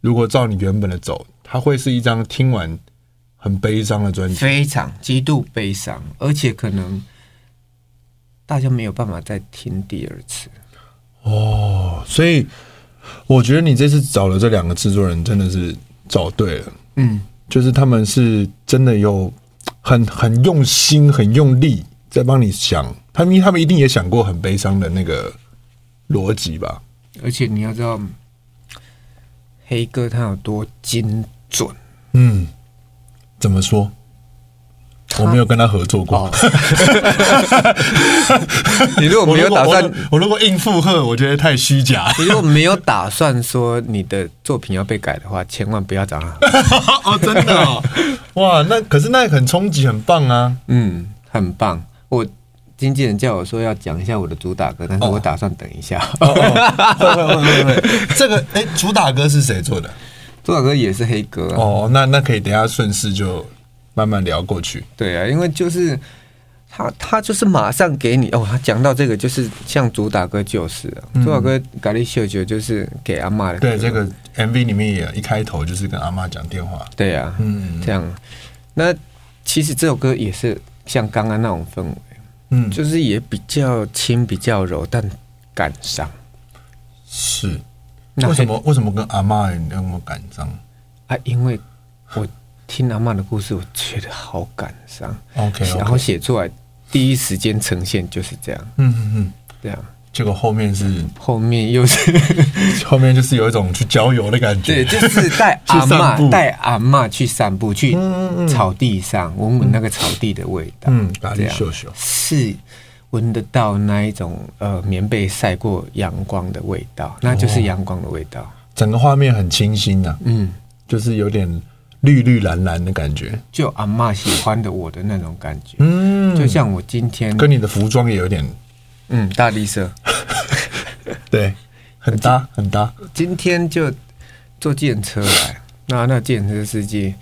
A: 如果照你原本的走，它会是一张听完很悲伤的专辑。
B: 非常极度悲伤，而且可能大家没有办法再听第二次。
A: 哦所以我觉得你这次找了这两个制作人，真的是找对了，
B: 嗯，
A: 就是他们是真的有很很用心、很用力在帮你想，他们他们一定也想过很悲伤的那个逻辑吧？
B: 而且你要知道，黑哥他有多精准。
A: 嗯，怎么说？我没有跟他合作过。
B: 你如果没有打算，
A: 我如果硬附和，我觉得太虚假。
B: 你如果没有打算说你的作品要被改的话，千万不要找 他。
A: 哦，真的、哦， 哇，那可是那很冲击，很棒啊！
B: 嗯，很棒。我经纪人叫我说要讲一下我的主打歌，但
A: 哦
B: 是我打算等一下。
A: 会会会会会，这个哎、主打歌是谁做的？
B: 主打歌也是黑哥、啊。
A: 哦，那那可以等一下顺势就慢慢聊过去。
B: 对啊，因为就是他，他就是马上给你哦。他讲到这个，就是像主打歌就是、啊，主打歌《咖喱秀酒》就是给阿妈的歌。
A: 嗯对，这个 MV 里面也一开头就是跟阿妈讲电话。
B: 对啊，
A: 嗯
B: 这样。那其实这首歌也是像刚刚那种氛围，
A: 嗯，就
B: 就是也比较轻、比较柔，但感伤。
A: 是
B: 那
A: 为什么为什么跟阿妈那么感伤？
B: 啊？因为我听阿妈的故事，我觉得好感伤。
A: 哦 OK，
B: 然后写出来第一时间呈现就是这样，
A: 嗯嗯嗯，
B: 这样
A: 结果后面是
B: 后面又是
A: 后面就是有一种去郊游的感觉。
B: 对，就是带
A: 去
B: 阿
A: 散步
B: 嬷带阿嬷去散步，去
A: 嗯嗯
B: 草地上闻闻那个草地的味道，
A: 嗯，咖
B: 这
A: 喱
B: 样
A: 秀秀，
B: 是闻得到那一种呃棉被晒过阳光的味道，那
A: 哦
B: 就是阳光的味道，
A: 整个画面很清新啊，
B: 嗯，
A: 就是有点绿绿蓝蓝的感觉。
B: 就阿嬷喜欢的我的那种感觉，
A: 嗯，
B: 就像我今天
A: 跟你的服装也有点
B: 嗯大地色，
A: 对，很搭很搭。
B: 今天就坐计程车来， 那那计程车司机，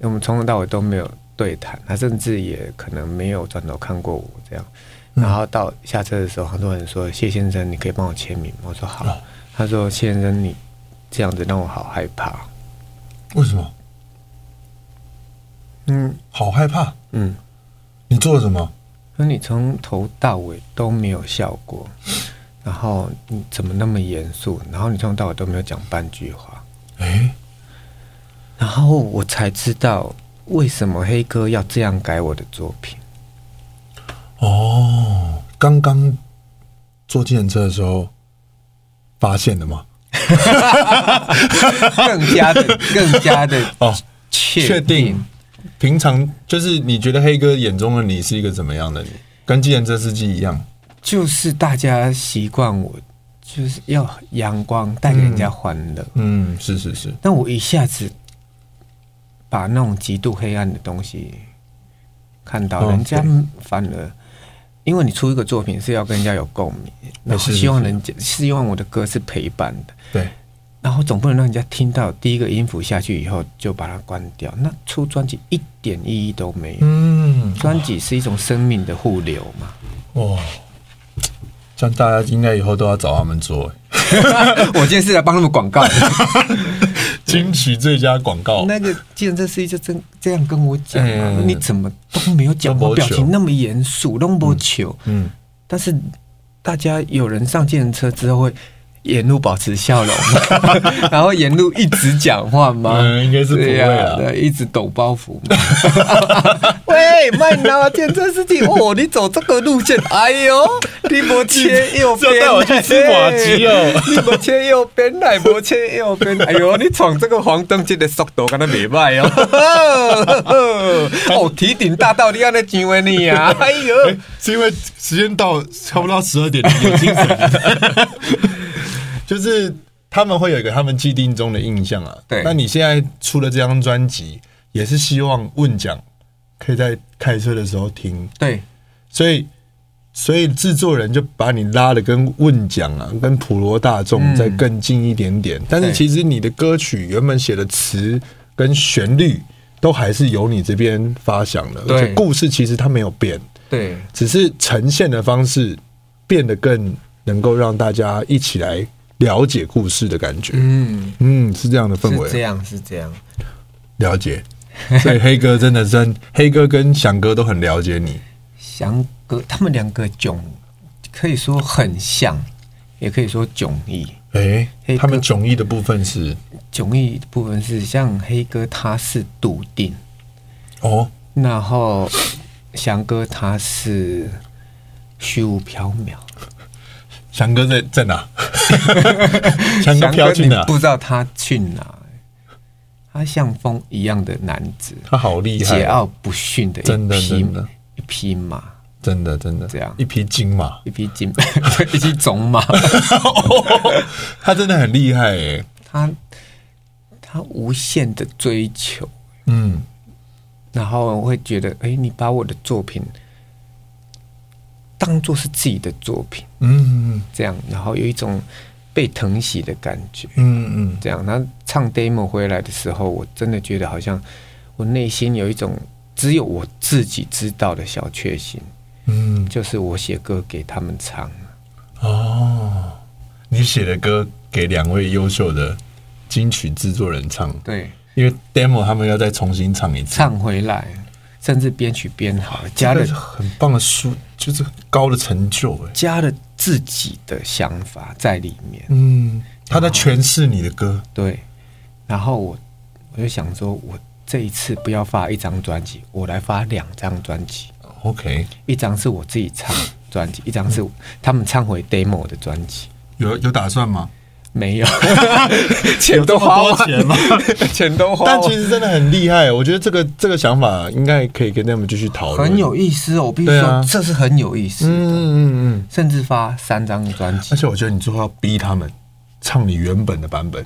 B: 我们从头到尾都没有对谈，他甚至也可能没有转头看过我这样。
A: 嗯
B: 然后到下车的时候，他突然说：“谢先生，你可以帮我签名吗？”我说：“
A: 哦
B: 好。他说：“谢先生，你这样子让我好害怕。
A: 为什么？
B: 嗯”
A: 好害怕？
B: 嗯嗯，
A: 你做了什么？
B: 那你从头到尾都没有笑过，然后你怎么那么严肃？然后你从头到尾都没有讲半句话。
A: 哎，
B: 然后我才知道为什么黑哥要这样改我的作 品。
A: 哦，刚刚坐计程车的时候发现的吗？
B: 更加的更加的
A: 哦，
B: 确
A: 确定平常就是你觉得黑哥眼中的你是一个怎么样的你？跟计程车司机一样？
B: 就是大家习惯我就是要阳光带给人家欢乐，
A: 嗯，是是是，
B: 但我一下子把那种极度黑暗的东西看到，
A: 哦
B: 人家反而。因为你出一个作品是要跟人家有共鸣，然后
A: 是是
B: 希望人家希望我的歌是陪伴的，
A: 对，
B: 然后总不能让人家听到第一个音符下去以后就把它关掉，那出专辑一点意义都没有。
A: 嗯，
B: 专辑是一种生命的互流嘛，
A: 哇，像大家应该以后都要找他们做欸
B: 我今天是来帮他们广告的。
A: 金曲最佳广告。
B: 那个既然这司机就真这样跟我讲、啊
A: 哎，
B: 你怎么都没有讲，
A: 都没有
B: 我表情那么严肃，那么糗。
A: 嗯，
B: 但是大家有人上计程车之后会沿路保持笑容 吗，然后沿路一直讲话吗？
A: 嗯应该是不会啊
B: 啊，对，一直抖包袱 嘛。喂，麦拿啊，健身司机，哦，你走这个路线，哎呦，你不切右边，
A: 这带我去吃马吉哦
B: 你不切右边，来不切右边，哎呦，你闯这个黄灯这个速度，敢那袂 歹哦。哦，提顶大道，你安尼上的你啊，哎呦。
A: 是因为时间到，差不多十二点，你有精神 了。就是他们会有一个他们既定中的印象啊。
B: 对
A: 那你现在出了这张专辑，也哎是希望问奖可以在开车的时候听，
B: 对，
A: 所以所以制作人就把你拉的跟问讲啊，
B: 嗯
A: 跟普罗大众再更近一点点。但是其实你的歌曲原本写的词跟旋律都还是由你这边发想的，
B: 对
A: 而且故事其实它没有变，
B: 对
A: 只是呈现的方式变得更能够让大家一起来了解故事的感觉。
B: 嗯，
A: 嗯，是这样的氛
B: 是这
A: 围，
B: 样是这样，
A: 了 解。所以黑哥真的真，黑哥跟翔哥都很了解你。
B: 翔哥他们两个迥可以说很像，也可以说迥异。
C: 哎、
B: 黑哥
C: 他们迥异的部分是
B: 迥异的部分是像黑哥他是笃定，
C: 哦，
B: 然后翔哥他是虚无缥缈。
C: 翔哥在在 哪？翔哥飘去
B: 翔哥
C: 哪
B: 你？不知道他去哪，他像风一样的男子，
C: 他好厉
B: 桀
C: 害，
B: 骜不驯的
C: 真
B: 一
C: 的
B: 匹
C: 真的
B: 一匹马，
C: 真的真的
B: 这样
C: 一匹金马，
B: 一匹金， 一匹种马。
C: 他真的很厉害哎。
B: 他他无限的追求，
C: 嗯，
B: 然后会觉得，哎、你把我的作品当做是自己的作品，
C: 嗯
B: 这样，然后有一种被疼惜的感觉。
C: 嗯嗯，
B: 这样，那唱 demo 回来的时候，我真的觉得好像我内心有一种只有我自己知道的小确幸，
C: 嗯
B: 就是我写歌给他们唱。
C: 哦，你写的歌给两位优秀的金曲制作人唱，
B: 对，
C: 因为 demo 他们要再重新唱一次，
B: 唱回来，甚至编曲编好，加
C: 这个
B: 了
C: 是很棒的书，就是很高的成就哎。
B: 加了自己的想法在里面。
C: 嗯，
B: 哦
C: 他在诠释你的歌，
B: 对，然后我我就想说，我这一次不要发一张专辑，我来发两张专辑，
C: OK，
B: 一张是我自己唱的专辑，一张是他们唱回 demo 的专辑。
C: 有有打算吗？
B: 没有，钱都花完
C: 有这么多
B: 了，钱都花
A: 但其
B: 完。
A: 实真的很厉害，我觉得这个这个想法应该可以跟他们继续讨论。
B: 很有意思哦，我必须
A: 对
B: 说
A: 啊，
B: 这是很有意思的，
A: 嗯嗯嗯，
B: 甚至发三张专辑
A: 而。且我觉得你最后要逼他们唱你原本的版 本，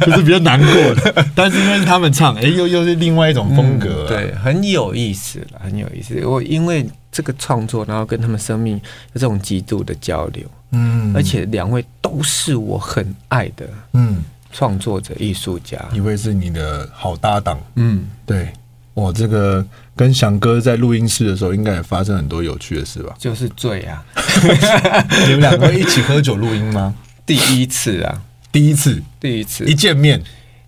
A: 就是比较难过的。 但是因为是他们唱，哎、又又是另外一种
C: 嗯
A: 风格、啊
B: 嗯对，很有意思啦，很有意思。我因为这个创作，然后跟他们生命有这种极度的交流，
C: 嗯
B: 而且两位都是我很爱的
C: 嗯，
B: 创作者、艺术家。
C: 一位是你的好搭档，
B: 嗯，？
C: 对，哇，这个跟翔哥在录音室的时候，应该也发生很多有趣的事 吧
B: 就是醉啊，
C: 你们两个一起喝酒录音吗？
B: 第一次啊，
C: 第一次
B: 第一次
C: 一
B: 一
C: 见面，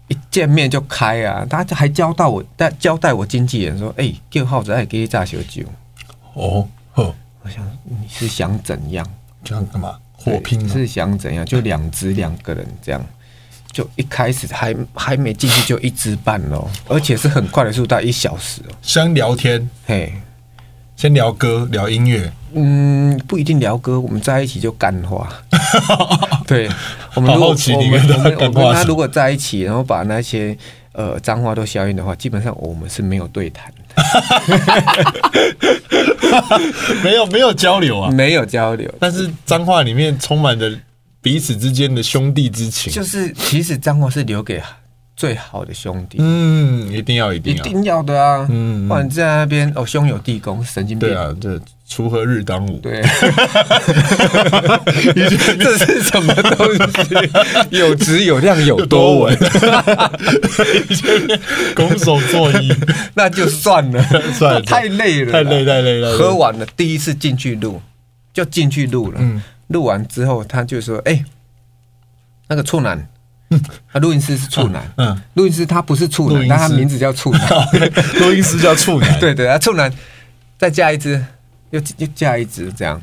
B: 一见面就开啊，他还交代我，但交代我经纪人说：“哎、给耗子爱给炸小酒。
C: 哦呵，”
B: 我想你是想怎样？
C: 这样干嘛？火拼
B: 对
C: 啊！
B: 是想怎样？就两只两个人这样。就一开始还还没进去就一支半喽，而且是很快的速度，大概一小时哦。
C: 先聊天，
B: 嘿，
C: 先聊歌，聊音乐，
B: 嗯，不一定聊歌，我们在一起就干 话。对，我们
C: 好
B: 如果
C: 好奇
B: 我
C: 你
B: 们
C: 跟他
B: 我们我
C: 干
B: 们
C: 话
B: 跟他
C: 什么
B: 如果在一起，然后把那些呃脏话都消音的话，基本上我们是没有对谈的，
C: 没有没有交流啊。
B: 没有交流。
C: 但是脏话里面充满着彼此之间的兄弟之情，
B: 就是其实脏话是留给最好的兄弟，
C: 嗯，一定要一
B: 一
C: 定要，
B: 定要的啊，
C: 嗯嗯
B: 不然在那边哦兄友弟恭，神经病
C: 对。啊，这锄禾日当午，
B: 对， 这是什么东 西？有质有量有多稳，
C: 拱手作 揖，
B: 那就算了，
C: 算了
B: 太累
C: 太
B: 了啦，
C: 累太累了。
B: 喝完了，第一次进去录，就进去录了。
C: 嗯
B: 录完之后，他就说：“哎、那个处男，啊，录音师是处男，
C: 嗯嗯
B: 嗯，录音师他不是处
C: 录音师
B: 男，但他名字叫 处男。
C: 录音师叫处男，
B: 对对，啊，处男再加一支，又又加一支，这样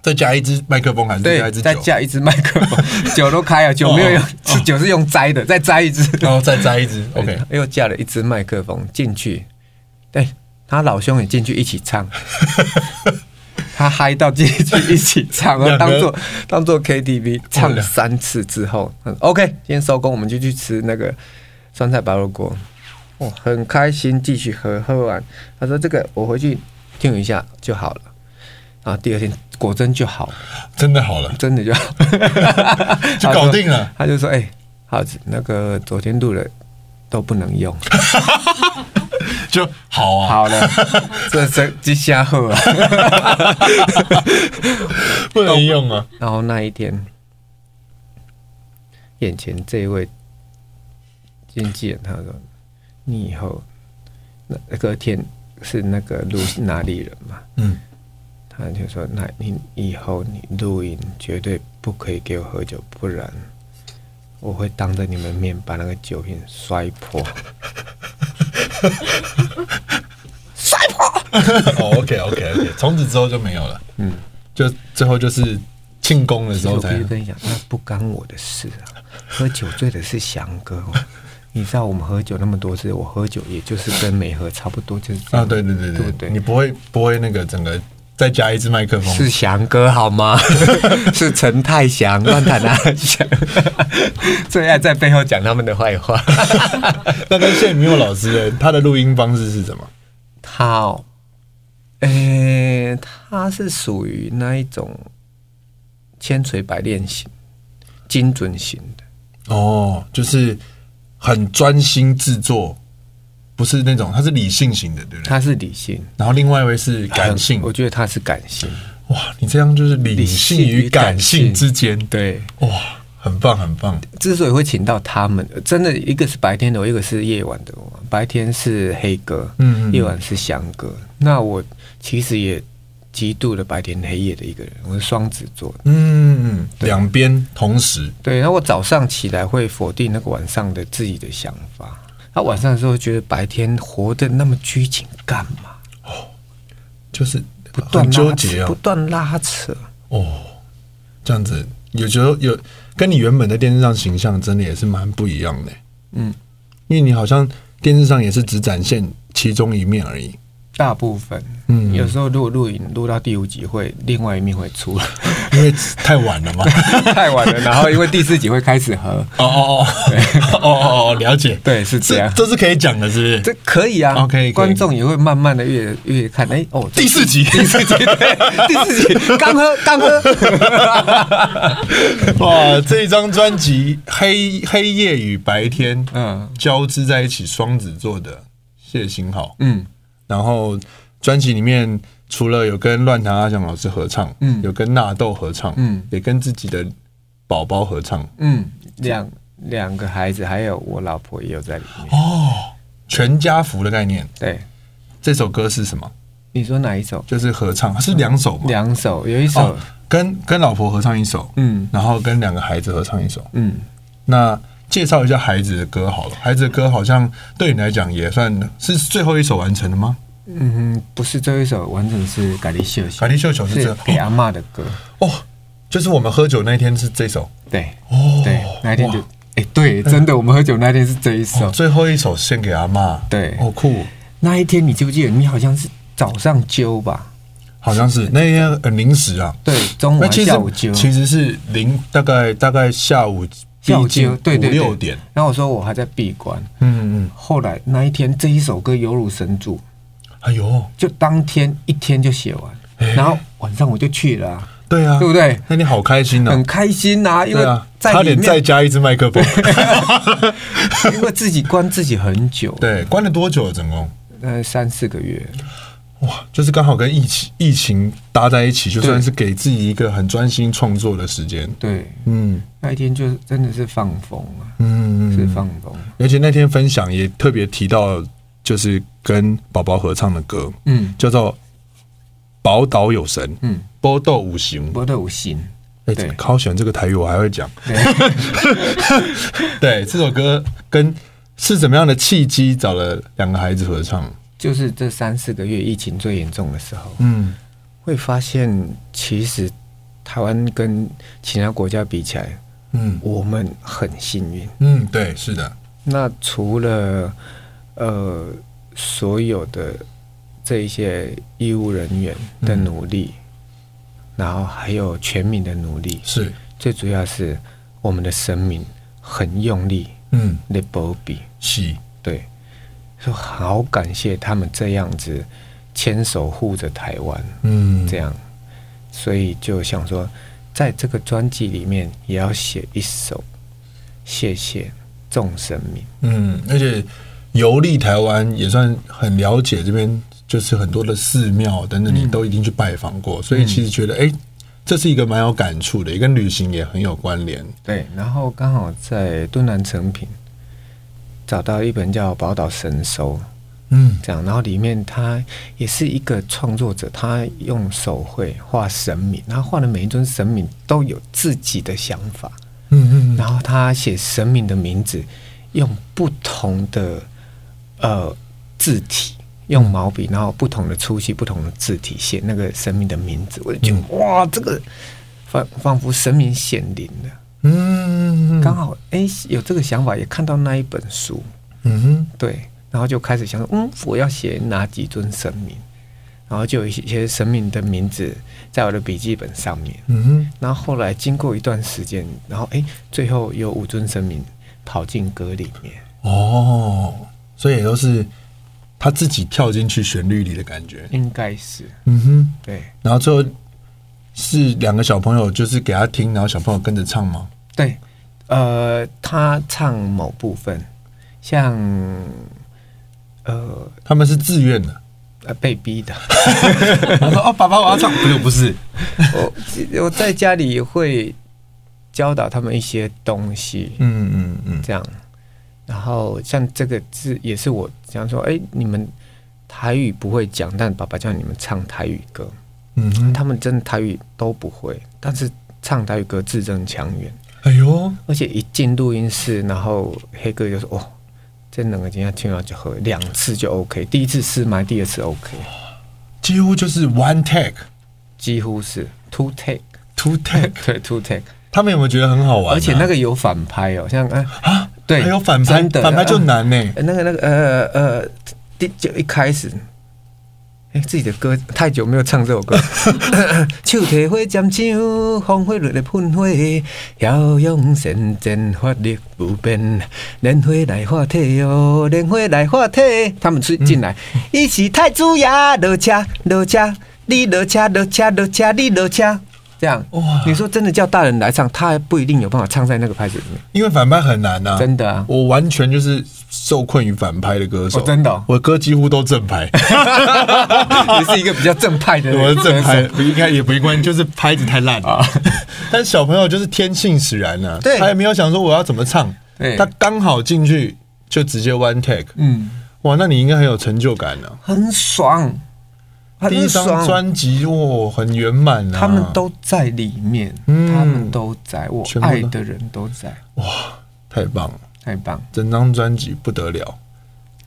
C: 再加一支麦克风还是再加
B: 对
C: 一支，
B: 再
C: 酒？哦
B: 加一支麦克 风，酒都开了，酒没有用，酒是用摘的，再摘一支。
C: 然哦后再加一支，OK，
B: 哎又架了一支麦克风进去，对他老兄也进去一起 唱，他嗨到进去一起唱，然后
C: 两个
B: 当
C: 人
B: 做当做 KTV 唱了三次之后嗯，OK，今天收工，我们就去吃那个酸菜白肉锅，哇，很开心，继续喝喝完，他说这个我回去听一下就好了。然后第二天果真就好了，
C: 真的好了，
B: 真的就好，
C: 就搞定了。
B: 他就说：“哎、好，那个昨天录的都不能用。”
A: 就好啊，
B: 好了， 这这这下后啊，
A: 不能用啊。
B: 然后那一天，眼前这一位经纪人他说：“你以后那那隔天是那个录哪里人嘛？”
A: 嗯，
B: 他就说：“那你以后你录音绝对不可以给我喝酒，不然我会当着你们面把那个酒瓶摔破。
A: 哦，OK OK OK，从此之后就没有了。嗯，就最后就是庆功的时候
B: 我必
A: 才
B: 须跟你讲，那不干我的事 啊，喝酒醉的是翔哥、哦。你知道我们喝酒那么多次，我喝酒也就是跟没喝差不多，就是这样
A: 啊，对对对
B: 对
A: 对
B: 不对
A: 你不会不会那个整个再加一支麦克风，
B: 是翔哥好吗？是陈泰祥、乱弹啊 翔，最爱在背后讲他们的坏话。
A: 那跟谢明佑老师的他的录音方式是什么？
B: 他哦，诶、呃他是属于那一种千锤百炼型、精准型的。
A: 哦，就是很专心制作，不是那种他是理性型的，对不对？
B: 他是理性，
A: 然后另外一位是感性
B: 很，我觉得他是感性。
A: 哇，你这样就是理性与感性之间，
B: 对，
A: 哇，很棒很棒，
B: 之所以会请到他们，真的一个是白天的我，一个是夜晚的我。白天是黑哥，
A: 嗯嗯
B: 夜晚是翔哥。那我其实也极度的白天黑夜的一个人，我是双子座的。
A: 嗯，两边同时，
B: 对，然后我早上起来会否定那个晚上的自己的想法，那晚上的时候觉得白天活得那么拘谨干嘛？
A: 就是
B: 不断
A: 很
B: 拉
A: 纠
B: 扯
A: 结啊
B: 不，断拉扯。
A: 哦，这样子有时候有跟你原本在电视上形象真的也是蛮不一样的，
B: 嗯，
A: 因为你好像电视上也是只展现其中一面而已，
B: 大部分，
A: 嗯
B: 有时候录录影录到第五集会，另外一面会出来，
A: 因为太晚了嘛。
B: 太晚了。然后因为第四集会开始合，
A: 哦哦哦，哦哦哦，了解，
B: 对，是这
A: 这
B: 样。
A: 这是可以讲的，是不是？
B: 这可以啊
A: OK，可以
B: 观众也会慢慢的越越看，哎、哦，
A: 第四集，第四集，
B: 第四集刚喝刚喝，
A: 哇，这一张专辑《黑黑夜与白天》
B: 嗯
A: 交织在一起，双子座的谢欣浩，
B: 嗯，
A: 然后专辑里面除了有跟乱弹阿翔老师合唱，
B: 嗯
A: 有跟纳豆合唱，
B: 嗯
A: 也跟自己的宝宝合唱，
B: 嗯，两两个孩子，还有我老婆也有在里面。哦
A: 全家福的概念。
B: 对，
A: 这首歌是什么？
B: 你说哪一首？
A: 就是合唱，是两首吗？
B: 两首，有一首，
A: 哦，跟跟老婆合唱一首，
B: 嗯
A: 然后跟两个孩子合唱一首。
B: 嗯，
A: 那介绍一下孩子的歌好了，孩子的歌好像对你来讲也算是最后一首完成的吗？
B: 嗯，不是这一首，完整是《咖喱秀秀》。
A: 咖喱秀秀是这
B: 是给阿嬷的歌，
A: 哦，就是我们喝酒那天是这首，
B: 对，
A: 哦
B: 对，那一天就
A: 哇，
B: 哎、对，真的，我们喝酒那天是这一首。
A: 哦最后一首献给阿妈，
B: 对
A: 好、酷，
B: 那一天你记不记得？你好像是早上揪吧？
A: 好像是那天很临时啊，
B: 对，中午
A: 那
B: 还
A: 其
B: 是
A: 实
B: 下午揪，
A: 其实是零大概大概下午
B: 下午
A: 逼近
B: 揪，对对
A: 五
B: 对。
A: 六点，。
B: 然后我说我还在闭关，
A: 嗯嗯
B: 后来那一天这一首歌犹如神助，
A: 嗯，哎呦，
B: 就当天一天就写完，
A: 哎
B: 然后晚上我就去了啊、
A: 对啊，
B: 对不对？
A: 那你好开心啊
B: 很，开心呐、因
A: 对
B: 为
A: 啊，
B: 在
A: 差
B: 里
A: 点再
B: 面，
A: 加一支麦克 风，
B: 因为自己关自己很久，
A: 对，关了多久了总共？
B: 呃，三四个月，
A: 哇，就是刚好跟疫情疫情搭在一起，就算
B: 对
A: 是给自己一个很专心创作的时间。
B: 对，
A: 嗯
B: 那一天就真的是放风啊，
A: 嗯，
B: 是放风，
A: 而且那天分享也特别提到，就是跟宝宝合唱的歌，
B: 嗯
A: 叫做《宝岛有神》，
B: 嗯，
A: 波豆五行。
B: 我都有心，
A: 哎、
B: 对
A: 好喜欢这个台语，我还会讲。
B: 对，
A: 对，这首歌跟是怎么样的契机找了两个孩子合唱？
B: 就是这三四个月疫情最严重的时候，
A: 嗯，
B: 会发现其实台湾跟其他国家比起来，
A: 嗯
B: 我们很幸运。
A: 嗯，对，是的，
B: 那除了呃所有的这一些医务人员的努力，然后还有全民的努力，
A: 是，
B: 最主要是我们的神明很用力
A: 嗯，
B: 的保庇，
A: 是，
B: 对，说好感谢他们这样子牵手护着台湾，
A: 嗯，
B: 这样，所以就想说，在这个专辑里面也要写一首谢谢众神明。
A: 嗯，而且游历台湾，也算很了解这边，就是很多的寺庙等等，你都已经去拜访过，所以其实觉得，哎、这是一个蛮有感触的，也跟旅行也很有关联。
B: 对，然后刚好在敦南成品找到一本叫《宝岛神收》
A: 嗯，
B: 这样，然后里面他也是一个创作者，他用手绘画神明，然后画的每一尊神明都有自己的想法，
A: 嗯嗯
B: 然后他写神明的名字，用不同的呃字体，用毛笔，然后不同的粗细、不同的字体写那个神明的名字，我就觉得、哇，这个仿仿佛神明显灵了。
A: 嗯
B: 刚好哎、诶有这个想法，也看到那一本书，
A: 嗯哼
B: 对，然后就开始想，嗯，我要写哪几尊神明，然后就有一些神明的名字在我的笔记本上面。
A: 嗯哼，
B: 然后后来经过一段时间，然后哎，最后有五尊神明跑进歌里面。
A: 哦，所以也都是他自己跳进去旋律里的感觉。
B: 应该是
A: 嗯哼，
B: 对
A: 然后最后是两个小朋友，就是给他听，然后小朋友跟着唱吗？
B: 对，呃，他唱某部分，像呃
A: 他们是自愿的。
B: 呃被逼的，
A: 他说：“哦，爸爸，我要唱。”不对，不是。
B: 哦 我我在家里会教导他们一些东西，
A: 嗯嗯嗯
B: 这样，然后像这个字也是我讲说，哎、你们台语不会讲，但爸爸叫你们唱台语歌，
A: 嗯哼，
B: 他们真的台语都不会，但是唱台语歌字正腔圆，
A: 哎呦，
B: 而且一进录音室，然后黑哥就说：“哦，这两个今天听到就喝两次就 OK，第一次试麦，第二次 OK，
A: 几乎就是 one take
B: 几乎是 two take，
A: two take。
B: 对 two take，
A: 他们有没有觉得很好玩啊、
B: 而且那个有反拍哦，像啊，
A: 啊，
B: 对
A: 还有反拍，
B: 真的
A: 反拍就难呢、
B: 呃那个那个呃呃，第就一开始。”哎，自己的歌太久没有唱这首歌， 手提花针手，风火轮的喷火，骁勇善战，法力不变，莲花来化体哦，莲花来化体。他们是进来，
A: 嗯
B: 伊、是太子爷，落车落车，你落车落车落车，你落车。这样，
A: 哇
B: 你说真的叫大人来唱，他还不一定有办法唱在那个拍子里面，
A: 因为反拍很难呐、
B: 真的 啊。
A: 我完全就是受困于反拍的歌手，
B: 哦真的哦
A: 我歌几乎都正 拍，
B: 也是一个比较正派的，
A: 我是正拍，不应该也不应该，就是拍子太烂啊。 但小朋友就是天性使然呐、
B: 对
A: 他也没有想说我要怎么唱
B: 对，
A: 他刚好进去就直接 one take，
B: 嗯，
A: 哇，那你应该很有成就感呢、
B: 很爽，
A: 第一
B: 很
A: 张
B: 爽。
A: 专辑哦，很圆满啊，
B: 他们都在里面，
A: 嗯
B: 他们都在，我
A: 全部都
B: 爱的人都在，
A: 太棒了。
B: 太棒！
A: 整张专辑不得了，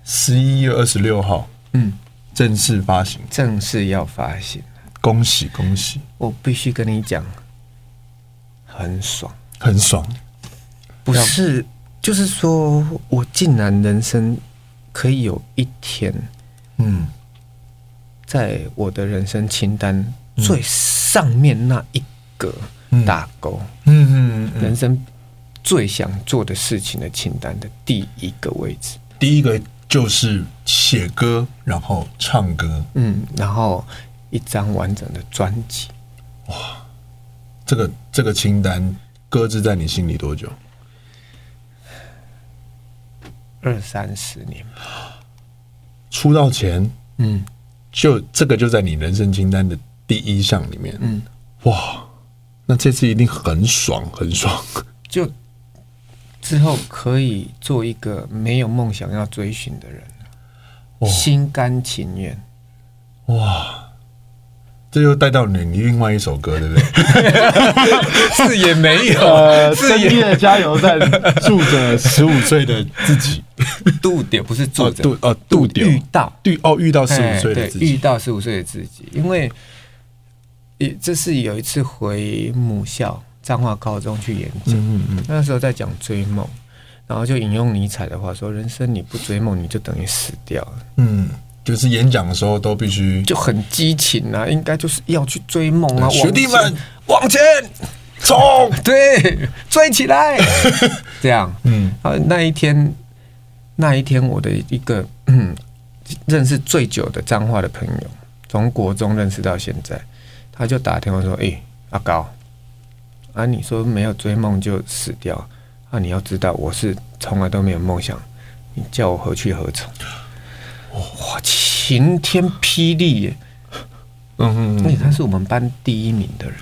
A: 十一月二十六号
B: 嗯，
A: 正式发行，
B: 正式要发行，
A: 恭喜恭喜，
B: 我必须跟你讲，很爽。
A: 很爽。
B: 不是，就是说我竟然人生可以有一天，
A: 嗯，
B: 在我的人生清单最上面那一格
A: 嗯
B: 打勾，
A: 嗯嗯嗯，
B: 人生最想做的事情的清单的第一个位置。
A: 第一个就是写歌，然后唱歌，
B: 嗯，然后一张完整的专辑，
A: 这个这个清单搁置在你心里多久？
B: 二三十年。
A: 出道前
B: 嗯，
A: 就这个就在你人生清单的第一项里面。嗯，哇，那这次一定很爽，很爽。
B: 就之后可以做一个没有梦想要追寻的人了，
A: 哦
B: 心甘情 愿。
A: 这又带到你另外一首歌，对不对？
B: 是也没
A: 呃，
B: 有，是
A: 深
B: 也
A: 夜加油站住着十五岁的自己，
B: 度点不是做
A: 哦
B: 着
A: 度哦度点
B: 遇到
A: 遇哦遇到十
B: 哎
A: 五岁的
B: 对
A: 自
B: 遇
A: 己，
B: 到十五岁的自己，因为也这是有一次回母校彰化高中去演讲，
A: 嗯嗯
B: 那时候在讲追梦，然后就引用尼采的话说：“人生你不追梦，你就等于死掉了。
A: 嗯，就是演讲的时候都必须”
B: 就很激情啊，应该就是要去追梦啊，
A: 学弟
B: 往前
A: 们往前冲，
B: 对，追起 来，这样。
A: 嗯
B: 啊，那一天，那一天，我的一个嗯，认识最久的彰化的朋友，从国中认识到现在，他就打电话说：“诶，阿高，啊，你说没有追梦就死掉，啊，你要知道，我是从来都没有梦想，你叫我何去何从？哇，晴天霹雳耶！
A: 嗯嗯，
B: 那、他是我们班第一名的人，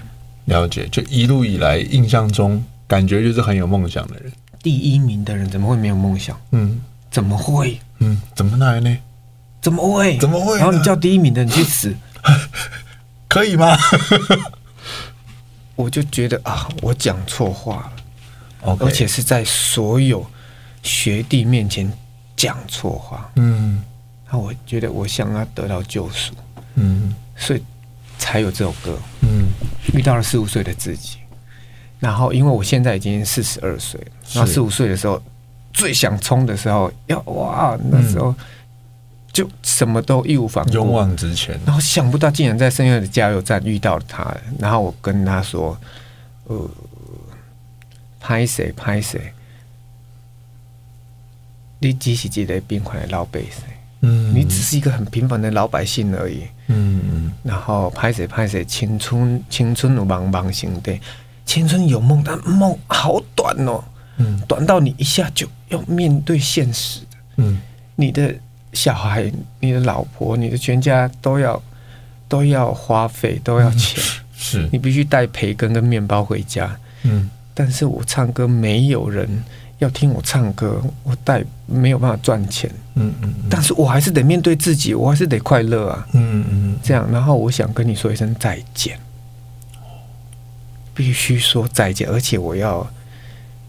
A: 了解。就一路以来印象中，感觉就是很有梦想的人。
B: 第一名的人怎么会没有梦想？
A: 嗯
B: 怎么会？
A: 嗯，怎么来呢？
B: 怎么会？
A: 怎么会呢
B: 然后你叫第一名的你去死，
A: 可以吗
B: 我就觉得啊，我讲错话了，
A: ？OK，
B: 而且是在所有学弟面前讲错话，
A: 嗯
B: 那我觉得我向他得到救赎，
A: 嗯
B: 所以才有这首歌。
A: 嗯，
B: 遇到了四五岁的自己，然后因为我现在已经四十二岁了，然后四五岁的时候最想冲的时候，要哇，那时候就什么都义无反顾，
A: 嗯勇往直前。
B: 然后想不到竟然在深渊的加油站遇到了他，然后我跟他说：“呃，拍谁拍谁，你只是一个平凡的老百姓，
A: 嗯
B: 你只是一个很平凡的老百姓而已。
A: 嗯嗯
B: 然后拍谁拍谁，青春青春有茫茫心地，青春有梦，但梦好短哦，
A: 嗯
B: 短到你一下就要面对现实的。
A: 嗯
B: 你的小孩、你的老婆、你的全家都要都要花费，都要钱，
A: 是
B: 你必须带培根跟面包回家。
A: 嗯
B: 但是我唱歌没有人要听我唱歌，我带没有办法赚钱，
A: 嗯嗯嗯
B: 但是我还是得面对自己，我还是得快乐啊。
A: 嗯嗯
B: 这样，然后我想跟你说一声再见，必须说再见，而且我要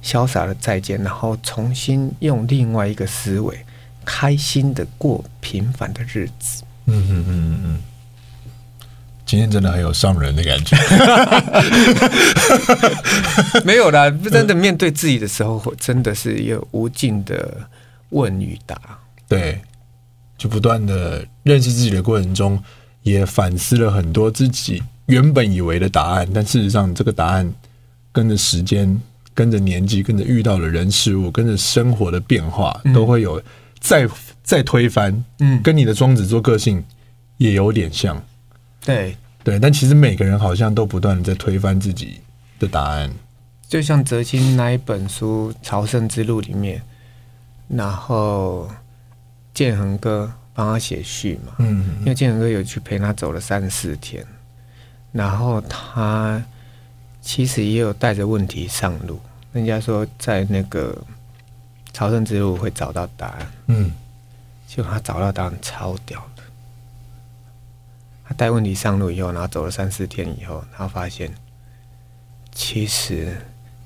B: 潇洒的再见，然后重新用另外一个思维，开心的过平凡的日子。
A: 嗯嗯嗯嗯，今天真的很有上人的 感觉。
B: 没有啦，真的面对自己的时候，会真的是有无尽的问与答。
A: 对，就不断的认识自己的过程中，也反思了很多自己原本以为的答案，但事实上这个答案跟着时间、跟着年纪、跟着遇到的人事物、跟着生活的变化，都会有再再推翻。
B: 嗯
A: 跟你的双子座个性也有点像，
B: 对，
A: 对，但其实每个人好像都不断的在推翻自己的答案。
B: 就像哲青那一本书《朝圣之路》里面，然后建恒哥帮他写序嘛，
A: 嗯
B: 因为建恒哥有去陪他走了三四天，然后他其实也有带着问题上路。人家说在那个朝圣之路会找到答案，
A: 嗯
B: 结果他找到答案超屌的。他带问题上路以后，然后走了三四天以后，他发现，其实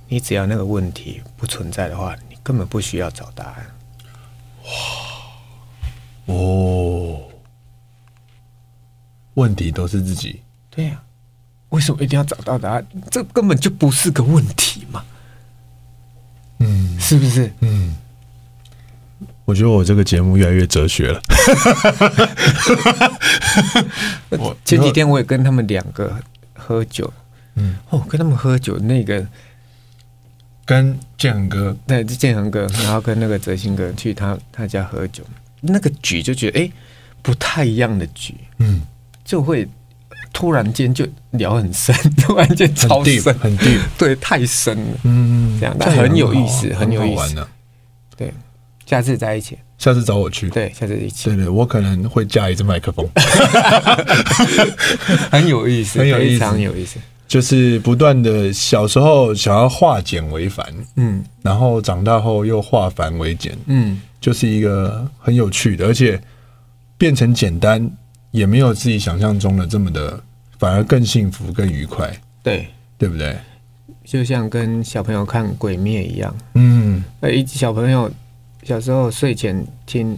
B: 你只要那个问题不存在的话，你根本不需要找答案。
A: 哦，问题都是自己。
B: 对呀、为什么一定要找到答案？这根本就不是个问题嘛，
A: 嗯。
B: 是不是？
A: 嗯，我觉得我这个节目越来越哲学 了。我
B: 前几，天我也跟他们两个喝酒，
A: 嗯，
B: 哦，跟他们喝酒那个
A: 跟建恒哥，
B: 对建恒哥，然后跟那个哲兴哥去他他家喝酒，那个局就觉得哎、诶不太一样的局，
A: 嗯，
B: 就会突然间就聊很深， 突然间
A: 很
B: 超
A: deep，
B: 深，
A: 很 deep，
B: 对，太深了。
A: 嗯，
B: 这样
A: 也
B: 很有
A: 好啊
B: 意思很有
A: 好
B: 意思
A: 玩啊呢。
B: 对，下次在一起，
A: 下次找我去。
B: 对，下次一起，
A: 对对，我可能会架一支麦克风，
B: 很有意思，
A: 很有意思
B: 非常有意思。
A: 就是不断的小时候想要化简为繁，
B: 嗯
A: 然后长大后又化繁为简，
B: 嗯，
A: 就是一个很有趣的，而且变成简单也没有自己想象中的这么的，反而更幸福、更愉快，
B: 对，
A: 对不对？
B: 就像跟小朋友看《鬼灭》一样，
A: 嗯
B: 呃，一小朋友小时候睡前听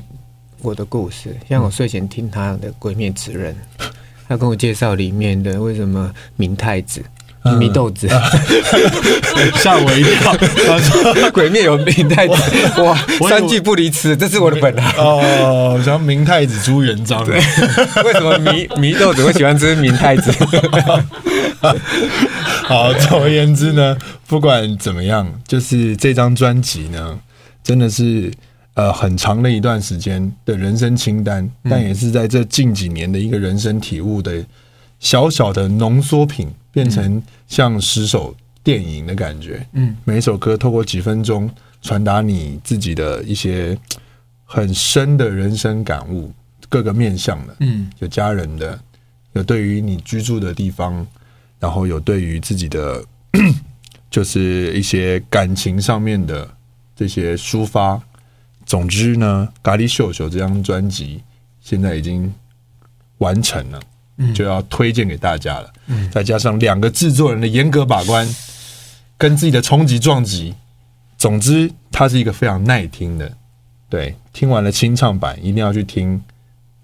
B: 我的故事，像我睡前听他的《鬼灭之刃》，他跟我介绍里面的为什么明太子、祢豆 子、
A: 吓我一跳。他说
B: 鬼灭有明 太子，哇，三句不离词，这是我的本 行：“。
A: 哦，想要明太子朱元璋。”
B: 为什么迷迷豆子会喜欢吃明太子？
A: 好，总而言之呢，不管怎么样，就是这张专辑呢，真的是呃很长的一段时间的人生清单，但也是在这近几年的一个人生体悟的小小的浓缩品，变成像十首电影的感觉。
B: 嗯，
A: 每一首歌透过几分钟传达你自己的一些很深的人生感悟，各个面向的，
C: 嗯，
A: 有家人的，有对于你居住的地方，然后有对于自己的， 就是一些感情上面的这些抒发。总之呢，《咖喱秀秀》这张专辑现在已经完成了，就要推荐给大家了。再加上两个制作人的严格把关，跟自己的冲击撞击，总之它是一个非常耐听的。对，听完了清唱版，一定要去听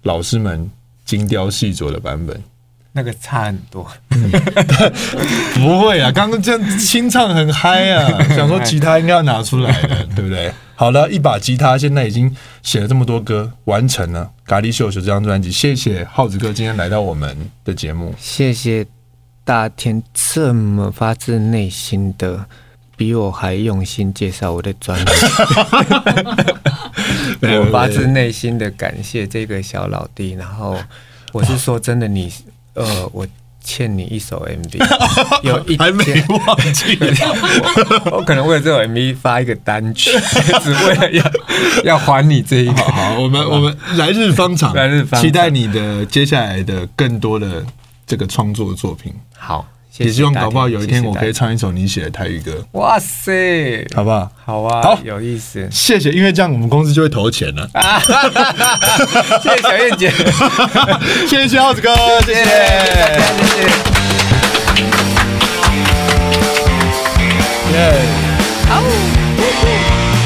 A: 老师们精雕细琢的版本。
B: 那个差很多。
A: 不会啊，刚刚这样清唱很嗨 啊，想说吉他应该要拿出来的，对不对？好了，一把吉他现在已经写了这么多歌，完成了《咖喱秀秀》这张专辑。谢谢耗子哥今天来到我们的节目，
B: 谢谢大天这么发自内心的，比我还用心介绍我的专 辑。我发自内心的感谢这个小老弟，然后我是说真的你，呃，我欠你一 首 MV，有一
A: 还没
B: 天
A: 忘记。
B: 我可能为了这首 MV 发一个单曲， 只为了要要还你这一个。
A: 好，我们我们来日方长，
B: 来日方长
A: 期待你的接下来的更多的这个创作作品，
B: 好，谢谢
A: 也希望
B: 大
A: 搞不好有一天
B: 谢谢
A: 我可以
B: 大
A: 唱一首你写的台语歌，
B: 哇塞，
A: 好不好？
B: 好啊，
A: 好。
B: 有意思
A: 谢谢，因为这样我们公司就会投钱了。
B: 谢谢小燕姐，
A: 谢谢耗子哥，谢
B: 谢
A: 谢
B: 谢大。家，谢谢。
A: 耶！
D: 哦，